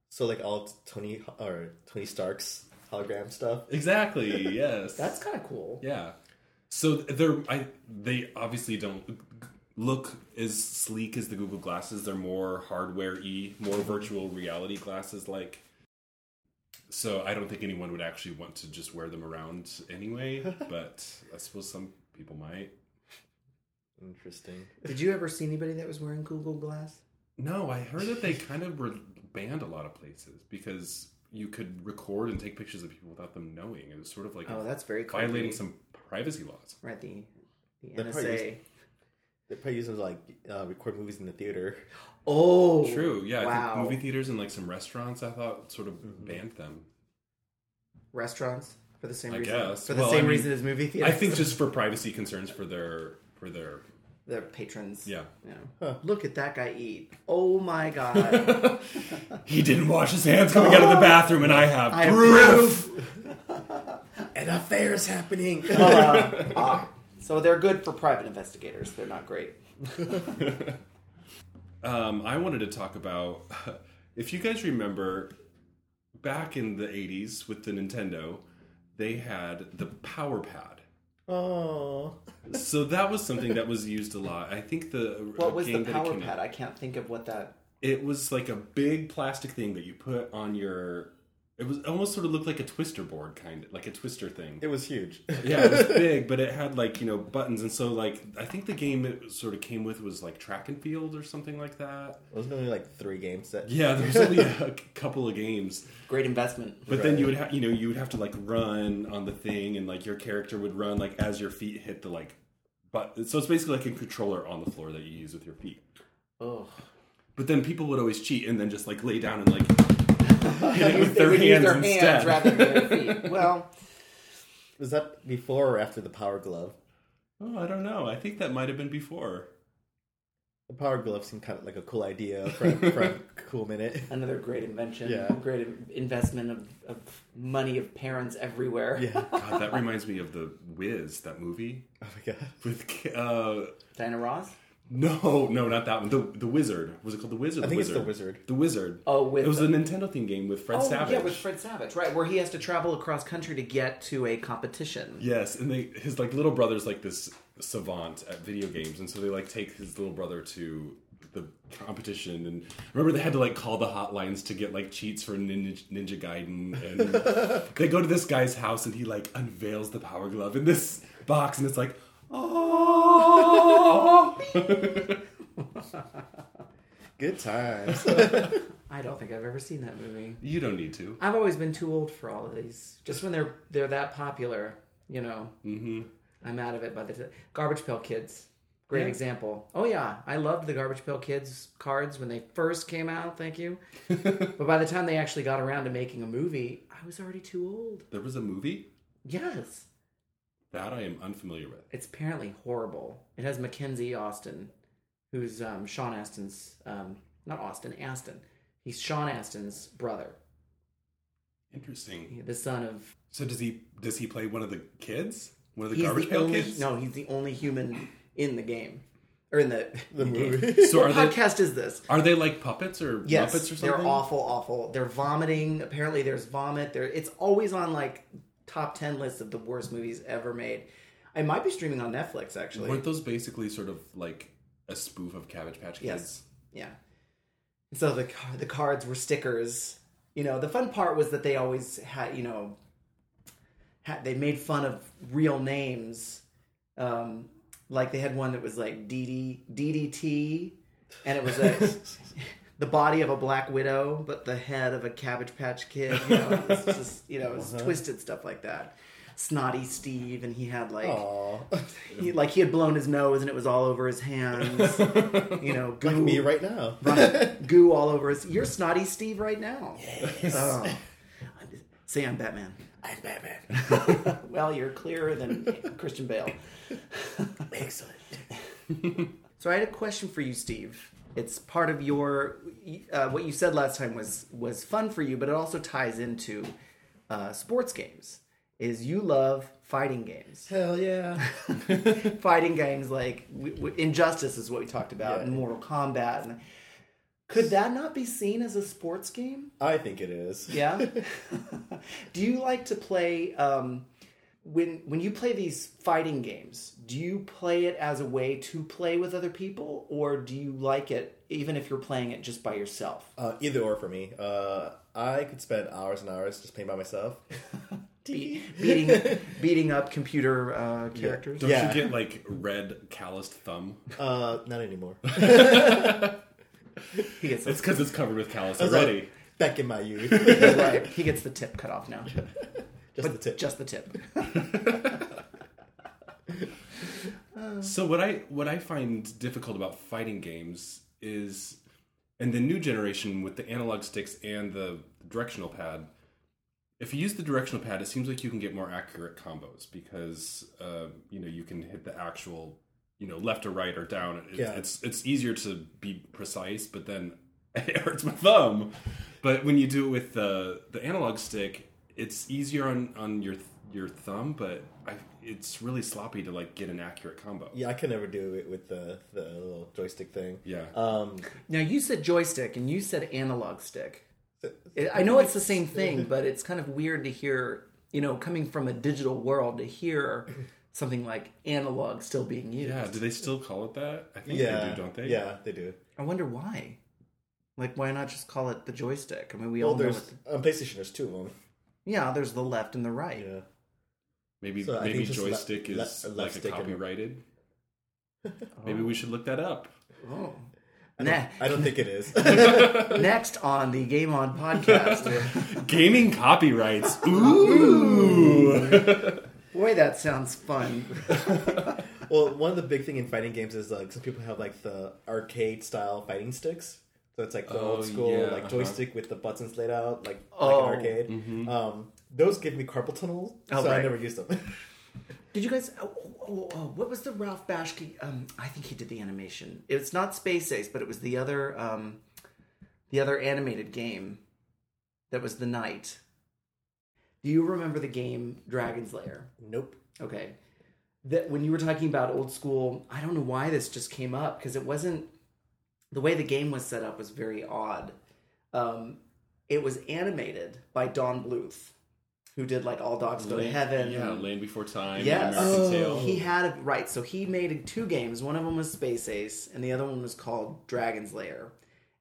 Speaker 3: So like all Tony or Tony Stark's hologram stuff.
Speaker 2: Exactly. yes.
Speaker 1: that's kind of cool
Speaker 2: yeah. So they're I they obviously don't look as sleek as the Google glasses. They're more hardware y, more virtual reality glasses like so I don't think anyone would actually want to just wear them around anyway, but I suppose some people might.
Speaker 3: Interesting.
Speaker 1: did you ever see anybody that was wearing google glass
Speaker 2: No, I heard that they kind of were banned a lot of places because you could record and take pictures of people without them knowing. It was sort of like
Speaker 1: oh that's very cool
Speaker 2: violating some privacy laws.
Speaker 1: We're at the, the
Speaker 3: They're probably
Speaker 1: NSA.
Speaker 3: They probably use them to like uh, record movies in the theater.
Speaker 1: Oh,
Speaker 2: True. Yeah, I
Speaker 1: Wow.
Speaker 2: think movie theaters and like some restaurants, I thought sort of banned them.
Speaker 1: Restaurants for the same
Speaker 2: I
Speaker 1: reason.
Speaker 2: guess.
Speaker 1: For the
Speaker 2: Well, I
Speaker 1: same
Speaker 2: mean,
Speaker 1: reason as movie
Speaker 2: I
Speaker 1: theaters.
Speaker 2: think just for privacy concerns for their for their
Speaker 1: the patrons.
Speaker 2: yeah.
Speaker 1: Yeah. Look at that guy eat. Oh my god.
Speaker 2: He didn't wash his hands coming out of the bathroom, and I have
Speaker 1: I have
Speaker 3: An affair's happening.
Speaker 1: Ah, so they're good for private investigators. They're not great.
Speaker 2: Um, I wanted to talk about if you guys remember back in the '80s with the Nintendo, they had the Power Pad.
Speaker 3: oh,
Speaker 2: So that was something that was used a lot. I think the
Speaker 1: What
Speaker 2: a
Speaker 1: was the
Speaker 2: game that it
Speaker 1: power
Speaker 2: came out-
Speaker 1: pad? I can't think of what that.
Speaker 2: it was like a big plastic thing that you put on your it was almost sort of looked like a twister board kind of like a twister thing
Speaker 3: it was huge.
Speaker 2: yeah it was big but it had like you know buttons and so like i think the game it sort of came with was like track and field or something like that
Speaker 3: Wasn't it only like three games that.
Speaker 2: yeah there's only a couple of games
Speaker 1: Great investment.
Speaker 2: but then you would have you know you would have to like run on the thing and like your character would run like as your feet hit the like but so it's basically like a controller on the floor that you use with your feet
Speaker 1: Oh.
Speaker 2: But then people would always cheat and then just like lay down and like hit it with their
Speaker 1: would
Speaker 2: hands
Speaker 1: use their
Speaker 2: instead.
Speaker 1: hands rather than their feet. Well,
Speaker 3: Was that before or after the Power Glove?
Speaker 2: oh, I don't know. I think that might have been before.
Speaker 3: The Power Glove seemed kind of like a cool idea for, a- for a cool minute.
Speaker 1: another great invention.
Speaker 3: Yeah.
Speaker 1: Great investment of, of money of parents everywhere.
Speaker 3: Yeah. Oh
Speaker 2: God, that reminds me of the Wiz, that movie
Speaker 3: my god.
Speaker 2: with uh
Speaker 1: Dinah Ross?
Speaker 2: no, no, not that one. The the Wizard was it called the Wizard?
Speaker 3: I think it's The Wizard.
Speaker 2: The Wizard.
Speaker 1: Oh, with
Speaker 2: it was
Speaker 1: the-
Speaker 2: a Nintendo theme game with Fred
Speaker 1: Oh,
Speaker 2: Savage.
Speaker 1: yeah, with Fred Savage, right? Where he has to travel across country to get to a competition.
Speaker 2: Yes, and they his like little brother's like this savant at video games, and so they like take his little brother to the competition. And remember, they had to like call the hotlines to get like cheats for Ninja, Ninja Gaiden. And they go to this guy's house, and he like unveils the Power Glove in this box, and it's like, oh,
Speaker 3: Good times.
Speaker 1: I don't think I've ever seen that movie.
Speaker 2: you don't need to.
Speaker 1: I've always been too old for all of these. Just when they're they're that popular, you know. Mm-hmm. I'm out of it by the t- Garbage Pail Kids. Great example. Oh yeah, I loved the Garbage Pail Kids cards when they first came out. Thank you. but by the time they actually got around to making a movie, I was already too old.
Speaker 2: There was a movie
Speaker 1: Yes,
Speaker 2: that I am unfamiliar with.
Speaker 1: it's apparently horrible. It has Mackenzie Austin, who's um, Sean Astin's um, not Austin Astin. He's Sean Astin's brother,
Speaker 2: Interesting.
Speaker 1: the son of.
Speaker 2: So does he does he play one of the kids? One of the
Speaker 1: he's
Speaker 2: garbage
Speaker 1: the
Speaker 2: pail
Speaker 1: only,
Speaker 2: kids?
Speaker 1: No, he's the only human in the game, or in the,
Speaker 3: the
Speaker 1: in game.
Speaker 3: movie.
Speaker 2: So are
Speaker 1: What
Speaker 2: they
Speaker 1: podcast is this?
Speaker 2: are they like puppets or
Speaker 1: Yes,
Speaker 2: puppets or something?
Speaker 1: they're awful, awful. They're vomiting. Apparently, there's vomit. There, it's always on like top ten lists of the worst movies ever made. I might be streaming on Netflix actually.
Speaker 2: Weren't those basically sort of like a spoof of Cabbage Patch Kids?
Speaker 1: Yes. Yeah. So the car- the cards were stickers, you know, the fun part was that they always had, you know, had, they made fun of real names. Um, like they had one that was like DD, DDT, and it was a, the body of a black widow, but the head of a Cabbage Patch Kid. You know, it's just, you know,
Speaker 3: Uh-huh.
Speaker 1: it's twisted stuff like that. Snotty Steve, and he had like
Speaker 3: Aw.
Speaker 1: he, like he had blown his nose and it was all over his hands. you know, goo,
Speaker 3: Like me right now.
Speaker 1: goo all over his. You're snotty Steve right now. Oh. I'm just- Say I'm Batman.
Speaker 3: I'm Batman.
Speaker 1: Well, you're clearer than Christian Bale.
Speaker 3: Excellent.
Speaker 1: So I had a question for you, Steve. It's part of your uh, what you said last time was was fun for you, but it also ties into uh, sports games. Is you love fighting games?
Speaker 3: Hell yeah.
Speaker 1: fighting games like w- w- Injustice is what we talked about,
Speaker 3: Yeah.
Speaker 1: and Mortal Kombat. And could that not be seen as a sports game?
Speaker 3: I think it is.
Speaker 1: Yeah. do you like to play um, when when you play these fighting games? Do you play it as a way to play with other people, or do you like it even if you're playing it just by yourself?
Speaker 3: Uh, either or for me. Uh, I could spend hours and hours just playing by myself.
Speaker 1: Be- beating beating up computer uh, characters.
Speaker 2: Don't
Speaker 3: Yeah.
Speaker 2: you get like red calloused thumb?
Speaker 3: Uh, not anymore.
Speaker 1: He gets
Speaker 2: It's
Speaker 1: the,
Speaker 2: because it's covered with callus already.
Speaker 3: Back in my youth.
Speaker 1: right, he gets the tip cut off now.
Speaker 3: Just the tip.
Speaker 1: Just the tip.
Speaker 2: So what I what I find difficult about fighting games is, and the new generation with the analog sticks and the directional pad. If you use the directional pad, it seems like you can get more accurate combos because uh, you know you can hit the actual you know left or right or down. It's,
Speaker 3: Yeah.
Speaker 2: it's it's easier to be precise, but then it hurts my thumb. But when you do it with the the analog stick, it's easier on on your your thumb, but I, it's really sloppy to like get an accurate combo.
Speaker 3: Yeah, I could never do it with the, the little joystick thing.
Speaker 2: Yeah.
Speaker 3: Um,
Speaker 1: Now you said joystick and you said analog stick. It- I know it's the same thing, but it's kind of weird to hear, you know, coming from a digital world to hear something like analog still being used.
Speaker 2: yeah. Do they still call it that? I think
Speaker 3: yeah.
Speaker 2: they do, don't they?
Speaker 3: Yeah, they do.
Speaker 1: I wonder why. Like, why not just call it the joystick? I mean, we
Speaker 3: Well,
Speaker 1: all know.
Speaker 3: there's
Speaker 1: What the,
Speaker 3: on PlayStation. There's two of them.
Speaker 1: yeah, there's the left and the right.
Speaker 3: Yeah.
Speaker 2: Maybe
Speaker 3: So I
Speaker 2: maybe
Speaker 3: think just le-
Speaker 2: joystick
Speaker 3: le-
Speaker 2: is
Speaker 3: left
Speaker 2: like a
Speaker 3: stick and-
Speaker 2: copyrighted. Maybe we should look that up.
Speaker 1: Oh.
Speaker 3: I don't think it is.
Speaker 1: Ne- next on the Game On podcast.
Speaker 2: Gaming copyrights. Ooh.
Speaker 1: Boy, that sounds fun.
Speaker 3: well, one of the big thing in fighting games is like some people have like the arcade style fighting sticks. So it's like the
Speaker 2: Oh,
Speaker 3: old school
Speaker 2: yeah,
Speaker 3: like
Speaker 2: uh-huh. mm-hmm.
Speaker 3: joystick with the buttons laid out like
Speaker 1: Oh.
Speaker 3: like an arcade. Um, those give me carpal tunnel,
Speaker 1: Oh,
Speaker 3: so I
Speaker 1: right.
Speaker 3: never use them.
Speaker 1: Did you guys? Oh, oh, oh, oh, what was the Ralph Bashki? Um, I think he did the animation. It's not Space Ace, but it was the other, um, the other animated game that was the night. Do you remember the game Dragon's Lair?
Speaker 3: nope.
Speaker 1: Okay, that when you were talking about old school, I don't know why this just came up because it wasn't the way the game was set up was very odd. Um, it was animated by Don Bluth, who did like All Dogs Go to Heaven.
Speaker 2: Yeah,
Speaker 1: and-
Speaker 2: Land Before Time.
Speaker 1: Yes.
Speaker 2: American
Speaker 3: Oh.
Speaker 2: Tail.
Speaker 1: he had a, right. So he made two games. One of them was Space Ace, and the other one was called Dragon's Lair.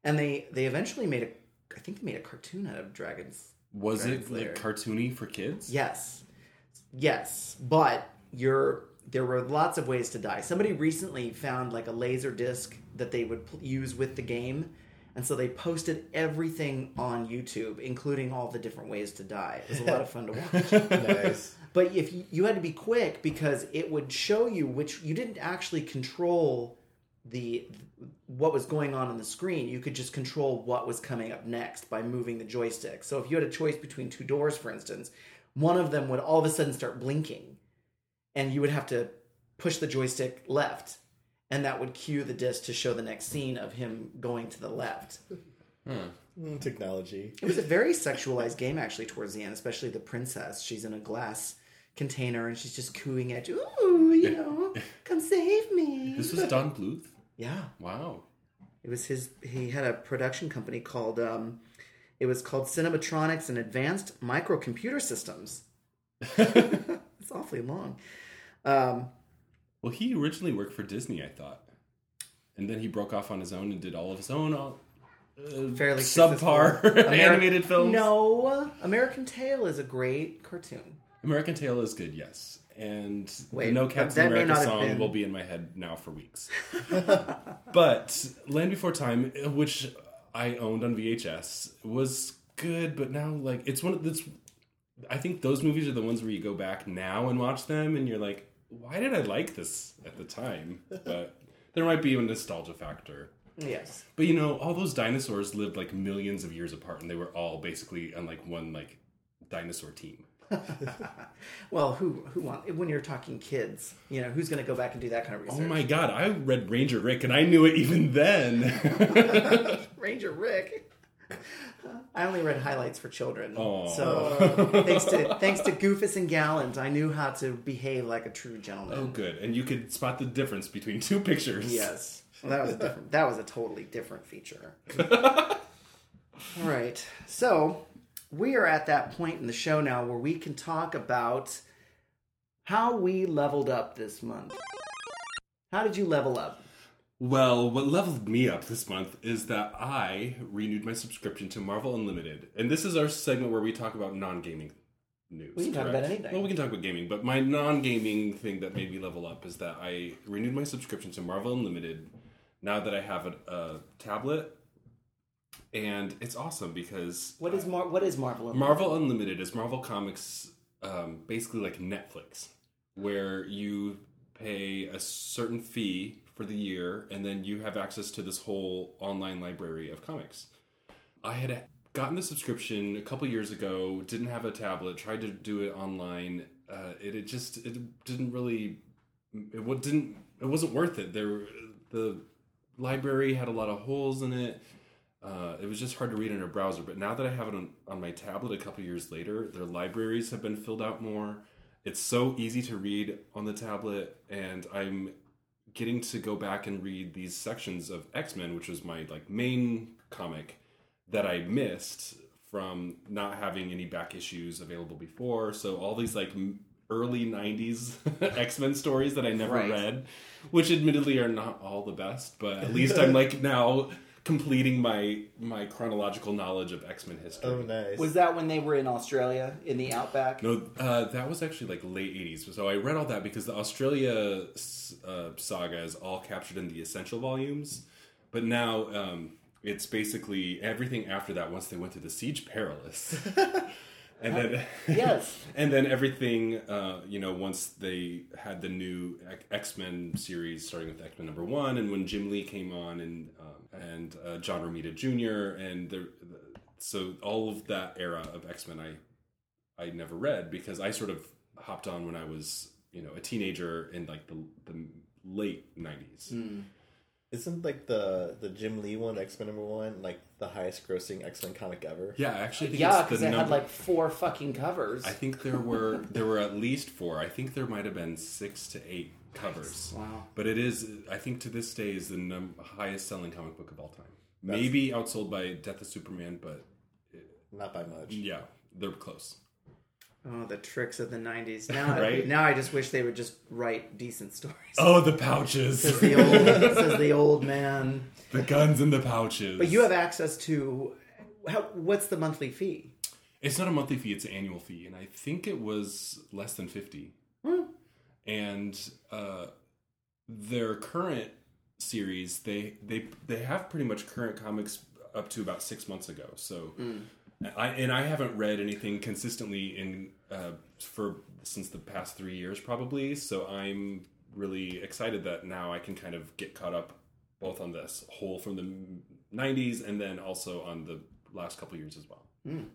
Speaker 1: And they they eventually made a, I think they made a cartoon out of dragons.
Speaker 2: Was
Speaker 1: Dragon's
Speaker 2: it
Speaker 1: Lair.
Speaker 2: like cartoony for kids?
Speaker 1: Yes, yes, but you're there were lots of ways to die. Somebody recently found like a laser disc that they would pl- use with the game. And so they posted everything on YouTube, including all the different ways to die. It was a lot of fun to watch.
Speaker 3: Nice.
Speaker 1: But if you, you had to be quick because it would show you which you didn't actually control the what was going on on the screen. You could just control what was coming up next by moving the joystick. So if you had a choice between two doors, for instance, one of them would all of a sudden start blinking, and you would have to push the joystick left, and that would cue the disc to show the next scene of him going to the left.
Speaker 3: Mm, Technology.
Speaker 1: It was a very sexualized game, actually, towards the end, especially the princess. She's in a glass container and she's just cooing at you, ooh, you know, come save me.
Speaker 2: This was Don Bluth.
Speaker 1: Yeah,
Speaker 2: Wow.
Speaker 1: it was his. He had a production company called. Um, it was called Cinematronics and Advanced Microcomputer Systems. it's awfully long. Um,
Speaker 2: Well, he originally worked for Disney, I thought, and then he broke off on his own and did all of his own. All
Speaker 1: fairly
Speaker 2: subpar
Speaker 1: successful. Ameri-
Speaker 2: animated films.
Speaker 1: No, American Tail is a great cartoon.
Speaker 2: American Tail is good, yes. And
Speaker 1: Wait,
Speaker 2: the No
Speaker 1: but
Speaker 2: Captain
Speaker 1: that may
Speaker 2: America
Speaker 1: not have
Speaker 2: song
Speaker 1: been-
Speaker 2: will be in my head now for weeks. but Land Before Time, which I owned on VHS, was good, but now like it's one of that's I think those movies are the ones where you go back now and watch them and you're like, why did I like this at the time? But there might be a nostalgia factor.
Speaker 1: Yes.
Speaker 2: But you know, all those dinosaurs lived like millions of years apart and they were all basically on like one like dinosaur team.
Speaker 1: Well, who who want when you're talking kids, you know, who's going to go back and do that kind of research?
Speaker 2: Oh my god, I read Ranger Rick and I knew it even then.
Speaker 1: Ranger Rick. I only read highlights for children,
Speaker 2: Aw.
Speaker 1: so thanks to thanks to Goofus and Gallant, I knew how to behave like a true gentleman.
Speaker 2: oh, good. And you could spot the difference between two pictures.
Speaker 1: Yes, well, that was a different. That was a totally different feature. All right, so we are at that point in the show now where we can talk about how we leveled up this month. How did you level up?
Speaker 2: Well, what leveled me up this month is that I renewed my subscription to Marvel Unlimited. And this is our segment where we talk about non gaming news.
Speaker 1: We can talk
Speaker 2: correct?
Speaker 1: about anything.
Speaker 2: Well, we can talk about gaming, but my non gaming thing that made me level up is that I renewed my subscription to Marvel Unlimited now that I have a, a tablet. And it's awesome because
Speaker 1: What is Mar- what is Marvel? Unlimited?
Speaker 2: Marvel Unlimited is Marvel Comics, um, basically like Netflix, where you pay a certain fee for the year, and then you have access to this whole online library of comics. I had gotten the subscription a couple years ago, didn't have a tablet, tried to do it online. Uh, it, it just it didn't really it wa- didn't it wasn't worth it. There the library had a lot of holes in it. Uh, it was just hard to read in a browser. But now that I have it on, on my tablet a couple years later, their libraries have been filled out more. It's so easy to read on the tablet, and I'm getting to go back and read these sections of X Men, which was my like main comic that I missed from not having any back issues available before. So all these like m- early '90s X Men stories that I never
Speaker 1: Right.
Speaker 2: read, which admittedly are not all the best, but at least I'm like now completing my my chronological knowledge of X Men history.
Speaker 3: Oh, nice.
Speaker 1: Was that when they were in Australia in the outback?
Speaker 2: No, uh, that was actually like late '80s. So I read all that because the Australia s- uh, saga is all captured in the essential volumes, but now um, it's basically everything after that. Once they went through the siege perilous, and then
Speaker 1: Yes.
Speaker 2: and then everything uh, you know once they had the new X Men series starting with X Men number one, and when Jim Lee came on and um, and uh, John Romita Jr. and there, so all of that era of X Men, I I never read because I sort of hopped on when I was you know a teenager in like the the late nineties.
Speaker 1: Hmm.
Speaker 3: Isn't like the the Jim Lee one, X Men number one, like the highest grossing X Men comic ever?
Speaker 2: Yeah, I actually think
Speaker 1: Yeah,
Speaker 2: it's the
Speaker 1: because it had
Speaker 2: number-
Speaker 1: like four fucking covers.
Speaker 2: I think there were there were at least four. I think there might have been six to eight covers.
Speaker 1: Wow.
Speaker 2: But it is, I think, to this day, is the num- highest selling comic book of all time. Maybe outsold by Death of Superman, but
Speaker 3: Not by much.
Speaker 2: yeah, they're close.
Speaker 1: Oh, the tricks of the '90s. Now,
Speaker 2: Right?
Speaker 1: now I just wish they would just write decent stories.
Speaker 2: Oh, the pouches,
Speaker 1: Says the old, says the old man.
Speaker 2: the guns in the pouches.
Speaker 1: But you have access to. How, what's the monthly fee?
Speaker 2: It's not a monthly fee; it's an annual fee, and I think it was less than fifty. And uh, their current series, they they they have pretty much current comics up to about six months ago. So, I and I haven't read anything consistently in uh, for since the past three years, probably. So I'm really excited that now I can kind of get caught up both on this whole from the '90s and then also on the last couple years as well.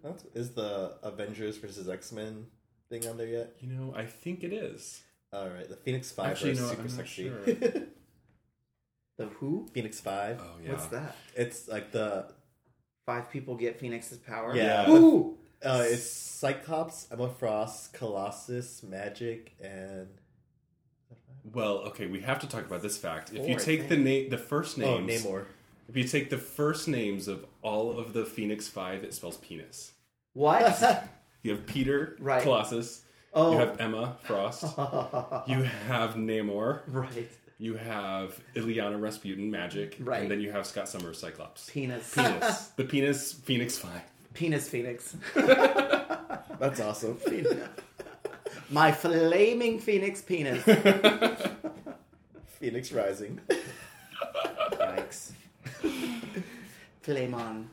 Speaker 3: That's- Is the Avengers versus X Men thing on there yet?
Speaker 2: You know, I think it is.
Speaker 3: All right, the Phoenix Five
Speaker 2: Actually,
Speaker 3: are
Speaker 2: no,
Speaker 3: super
Speaker 2: I'm not
Speaker 3: sexy.
Speaker 2: sure.
Speaker 1: The who?
Speaker 3: Phoenix Five.
Speaker 2: Oh yeah.
Speaker 1: What's that?
Speaker 3: It's like the
Speaker 1: Five people get Phoenix's power.
Speaker 3: Yeah.
Speaker 1: Ooh.
Speaker 3: uh, it's Cyclops, Emma Frost, Colossus, Magic, and
Speaker 2: Well, okay, we have to talk about this fact. If you
Speaker 1: Four, I
Speaker 2: take the name, the first
Speaker 3: oh
Speaker 2: names,
Speaker 3: Namor.
Speaker 2: if you take the first names of all of the Phoenix Five, it spells penis.
Speaker 1: What?
Speaker 2: You have Peter,
Speaker 1: Right.
Speaker 2: Colossus.
Speaker 1: Oh.
Speaker 2: You have Emma Frost. you have Namor.
Speaker 1: right.
Speaker 2: You have Ileana Rasputin magic,
Speaker 1: Right.
Speaker 2: And then you have Scott Summers Cyclops.
Speaker 1: Penis.
Speaker 2: Penis. the penis Phoenix Five.
Speaker 1: Penis Phoenix.
Speaker 3: That's awesome.
Speaker 1: My flaming Phoenix penis.
Speaker 3: Phoenix Rising.
Speaker 1: Yikes. Flame on.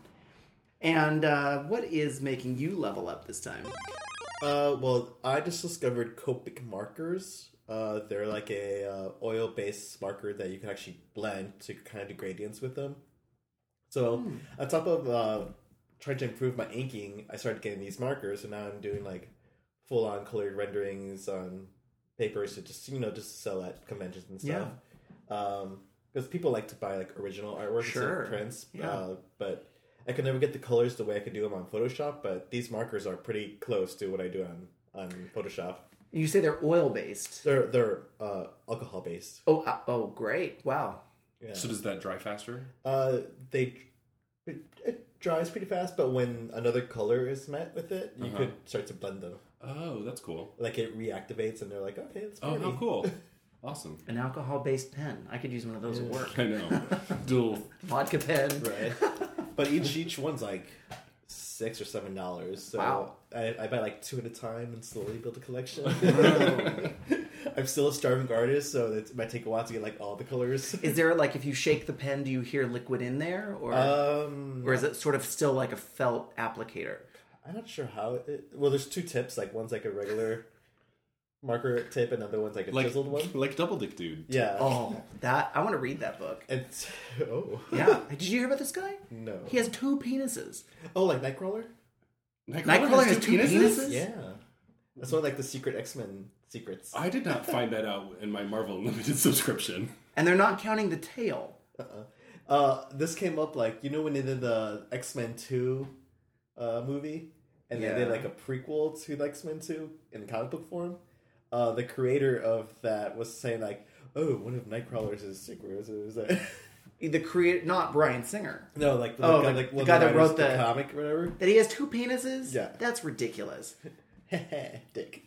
Speaker 1: And uh, what is making you level up this time?
Speaker 3: Uh, well, I just discovered Copic markers. Uh, they're like a uh, oil-based marker that you can actually blend to kind of do gradients with them. So, on top of uh, trying to improve my inking, I started getting these markers, and now I'm doing like full-on colored renderings on papers to just you know just to sell at conventions and stuff. Um, Because people like to buy like original artwork instead
Speaker 1: Sure.
Speaker 3: of prints,
Speaker 1: Yeah.
Speaker 3: uh, but I could never get the colors the way I could do them on Photoshop, but these markers are pretty close to what I do on, on Photoshop.
Speaker 1: You say they're oil based.
Speaker 3: They're they're uh, alcohol based.
Speaker 1: Oh, uh, oh, great! Wow.
Speaker 3: Yeah.
Speaker 2: So does that dry faster?
Speaker 3: Uh, they it, it dries pretty fast, but when another color is met with it,
Speaker 2: Uh-huh.
Speaker 3: you could start to blend them.
Speaker 2: Oh, that's cool.
Speaker 3: Like it reactivates, and they're like, okay, it's
Speaker 2: Oh,
Speaker 3: pretty.
Speaker 2: how cool. Awesome.
Speaker 1: An alcohol based pen. I could use one of those at work.
Speaker 2: I know. Dual.
Speaker 1: Vodka pen.
Speaker 3: Right. but each each one's like six or seven dollars. So
Speaker 1: Wow.
Speaker 3: I, I buy like two at a time and slowly build a collection. I'm still a starving artist, so it might take a while to get like all the colors.
Speaker 1: Is there like if you shake the pen, do you hear liquid in there, or
Speaker 3: Um,
Speaker 1: or is it sort of still like a felt applicator?
Speaker 3: I'm not sure how. It, well, there's two tips. Like one's like a regular marker tip, another one's like a
Speaker 2: Like,
Speaker 3: chiseled one.
Speaker 2: like double dick dude.
Speaker 3: Yeah.
Speaker 1: Oh, that I want to read that book.
Speaker 3: It's oh
Speaker 1: Yeah. Did you hear about this guy?
Speaker 3: no.
Speaker 1: He has two penises.
Speaker 3: Oh, like Nightcrawler.
Speaker 1: Nightcrawler has two penises?
Speaker 3: Yeah. That's one of, like the secret X Men secrets.
Speaker 2: I did not find that out in my Marvel Unlimited subscription.
Speaker 1: And they're not counting the tail.
Speaker 3: Uh, this came up like you know when they did the X Men Two uh, movie, and
Speaker 1: Yeah.
Speaker 3: they did like a prequel to the X Men Two in comic book form. Uh, the creator of that was saying like, "Oh, one of Nightcrawler's secrets is that."
Speaker 1: The create not Brian Singer.
Speaker 3: no, like the,
Speaker 1: Oh,
Speaker 3: guy,
Speaker 1: like
Speaker 3: like
Speaker 1: the
Speaker 3: one of
Speaker 1: guy that
Speaker 3: writers
Speaker 1: wrote
Speaker 3: of the,
Speaker 1: the-
Speaker 3: comic or whatever.
Speaker 1: That he has two penises?
Speaker 3: Yeah.
Speaker 1: That's ridiculous.
Speaker 3: Dick,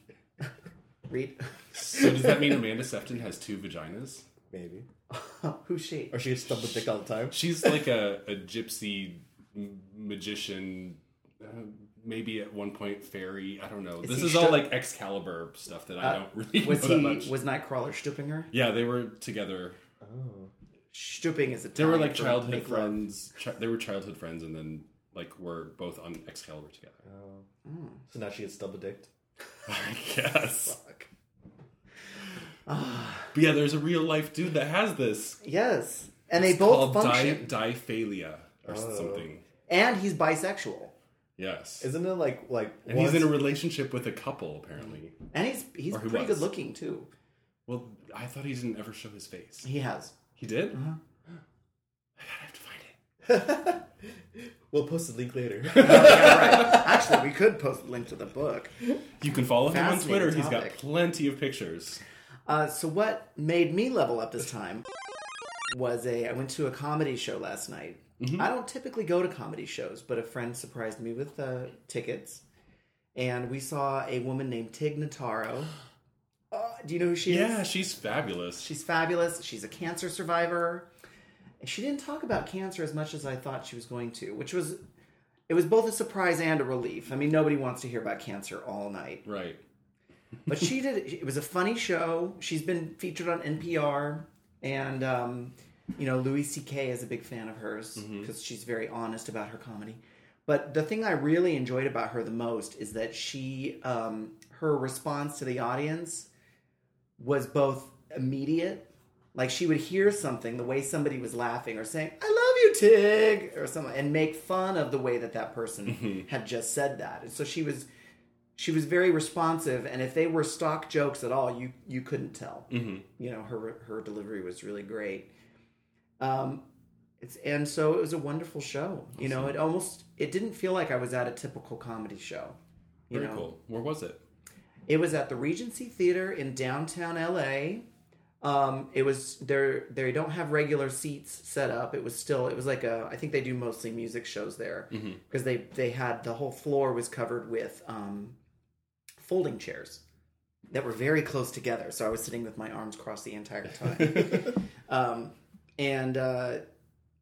Speaker 1: Read
Speaker 2: So does that mean Amanda Sefton has two vaginas?
Speaker 3: maybe,
Speaker 1: who's she?
Speaker 3: or she gets stumped with dick all the time.
Speaker 2: She's like a, a gypsy m- magician, uh, maybe at one point fairy. I don't know. this
Speaker 1: he
Speaker 2: is all
Speaker 1: stu-
Speaker 2: like Excalibur stuff that I don't really
Speaker 1: Was
Speaker 2: know that
Speaker 1: he
Speaker 2: much.
Speaker 1: was Nightcrawler stooping her?
Speaker 2: yeah, they were together.
Speaker 1: Stooping is a
Speaker 2: They were
Speaker 1: term
Speaker 2: like
Speaker 1: for
Speaker 2: childhood
Speaker 1: make love.
Speaker 2: friends. Chi- they were childhood friends, and then like were both on Excalibur together.
Speaker 3: So now she gets double dicked.
Speaker 2: I guess. but yeah, there's a real life dude that has this
Speaker 1: Yes. And they both
Speaker 2: called di-
Speaker 1: function. Oh.
Speaker 2: diphalia or something.
Speaker 1: And he's bisexual.
Speaker 2: Yes.
Speaker 3: Isn't it like like
Speaker 2: and he's in a relationship with a couple apparently.
Speaker 1: And he's he's
Speaker 2: Or he
Speaker 1: pretty
Speaker 2: was.
Speaker 1: good looking too.
Speaker 2: Well, I thought he didn't ever show his face.
Speaker 1: He has.
Speaker 2: He did?
Speaker 1: Uh-huh.
Speaker 2: I gotta have to find it.
Speaker 3: We'll post the link later.
Speaker 1: Yeah, right. Actually, we could post a link to the book.
Speaker 2: You can follow him on
Speaker 1: Fascinating
Speaker 2: Twitter. He's got
Speaker 1: topic.
Speaker 2: plenty of pictures.
Speaker 1: Uh, so what made me level up this time was a I went to a comedy show last night. I don't typically go to comedy shows, but a friend surprised me with uh, tickets, and we saw a woman named Tig Notaro. Uh, do you know who she is?
Speaker 2: Yeah, she's fabulous.
Speaker 1: She's fabulous. She's a cancer survivor. And she didn't talk about cancer as much as I thought she was going to, which was it was both a surprise and a relief. I mean, nobody wants to hear about cancer all night.
Speaker 2: right.
Speaker 1: But she did it was a funny show. She's been featured on NPR and um, you know, Louis CK is a big fan of hers because she's very honest about her comedy. But the thing I really enjoyed about her the most is that she um, her response to the audience was both immediate. Like she would hear something, the way somebody was laughing or saying, I love you, Tig, or something, and make fun of the way that that
Speaker 2: Mm-hmm.
Speaker 1: person had just said that. And so she was, she was very responsive. And if they were stock jokes at all, you, you couldn't tell,
Speaker 2: Mm-hmm.
Speaker 1: you know, her, her delivery was really great. Um, it's, and so it was a wonderful show. You know, it almost, it didn't feel like I was at a typical comedy show. You
Speaker 2: Very
Speaker 1: know,
Speaker 2: cool. Where was it?
Speaker 1: it was at the Regency Theater in downtown LA. Um, it was there. They don't have regular seats set up. It was still. It was like a. I think they do mostly music shows there because they they had the whole floor was covered with um, folding chairs. that were very close together. So I was sitting with my arms crossed the entire time. um, and uh,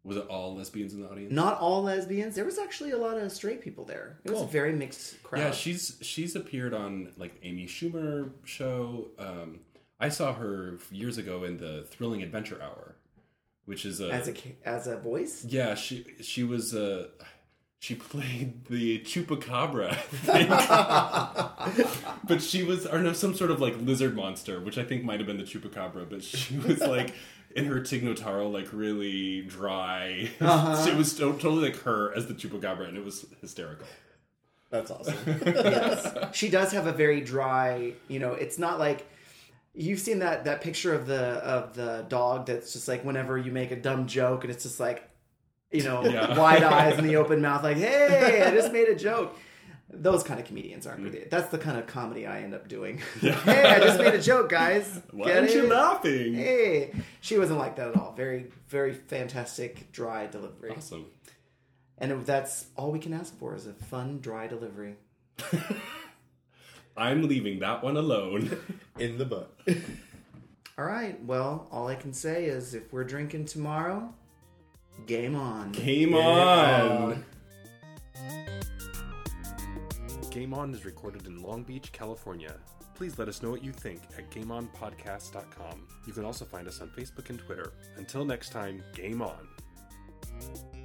Speaker 2: Was it all lesbians in the audience?
Speaker 1: not all lesbians. There was actually a lot of straight people there. It was
Speaker 3: Cool.
Speaker 1: a very mixed crowd.
Speaker 2: Yeah, she's she's appeared on like Amy Schumer show. Um, I saw her years ago in the Thrilling Adventure Hour, which is a,
Speaker 1: as a ki- as a voice.
Speaker 2: yeah she she was uh she played the chupacabra, I think. but she was or no some sort of like lizard monster, which I think might have been the chupacabra. But she was like in her tignotaro, like really dry.
Speaker 1: Uh-huh.
Speaker 2: it was to- totally like her as the chupacabra, and it was hysterical.
Speaker 3: That's awesome.
Speaker 1: yes. She does have a very dry, you know, it's not like you've seen that that picture of the of the dog that's just like whenever you make a dumb joke and it's just like you know,
Speaker 2: Yeah.
Speaker 1: wide eyes and the open mouth like, "Hey, I just made a joke." Those kind of comedians aren't really. That's the kind of comedy I end up doing. hey, I just made a joke, guys.
Speaker 2: Why
Speaker 1: Get
Speaker 2: aren't you
Speaker 1: it?
Speaker 2: laughing?
Speaker 1: Hey, she wasn't like that at all. Very, very fantastic, dry delivery,
Speaker 2: Awesome.
Speaker 1: and that's all we can ask for is a fun, dry delivery.
Speaker 2: I'm leaving that one alone.
Speaker 3: In the book.
Speaker 1: All right. Well, all I can say is if we're drinking tomorrow, game on.
Speaker 2: Game on! Game On is recorded in Long Beach, California. Please let us know what you think at GameOnPodcast.com. You can also find us on Facebook and Twitter. Until next time, Game On.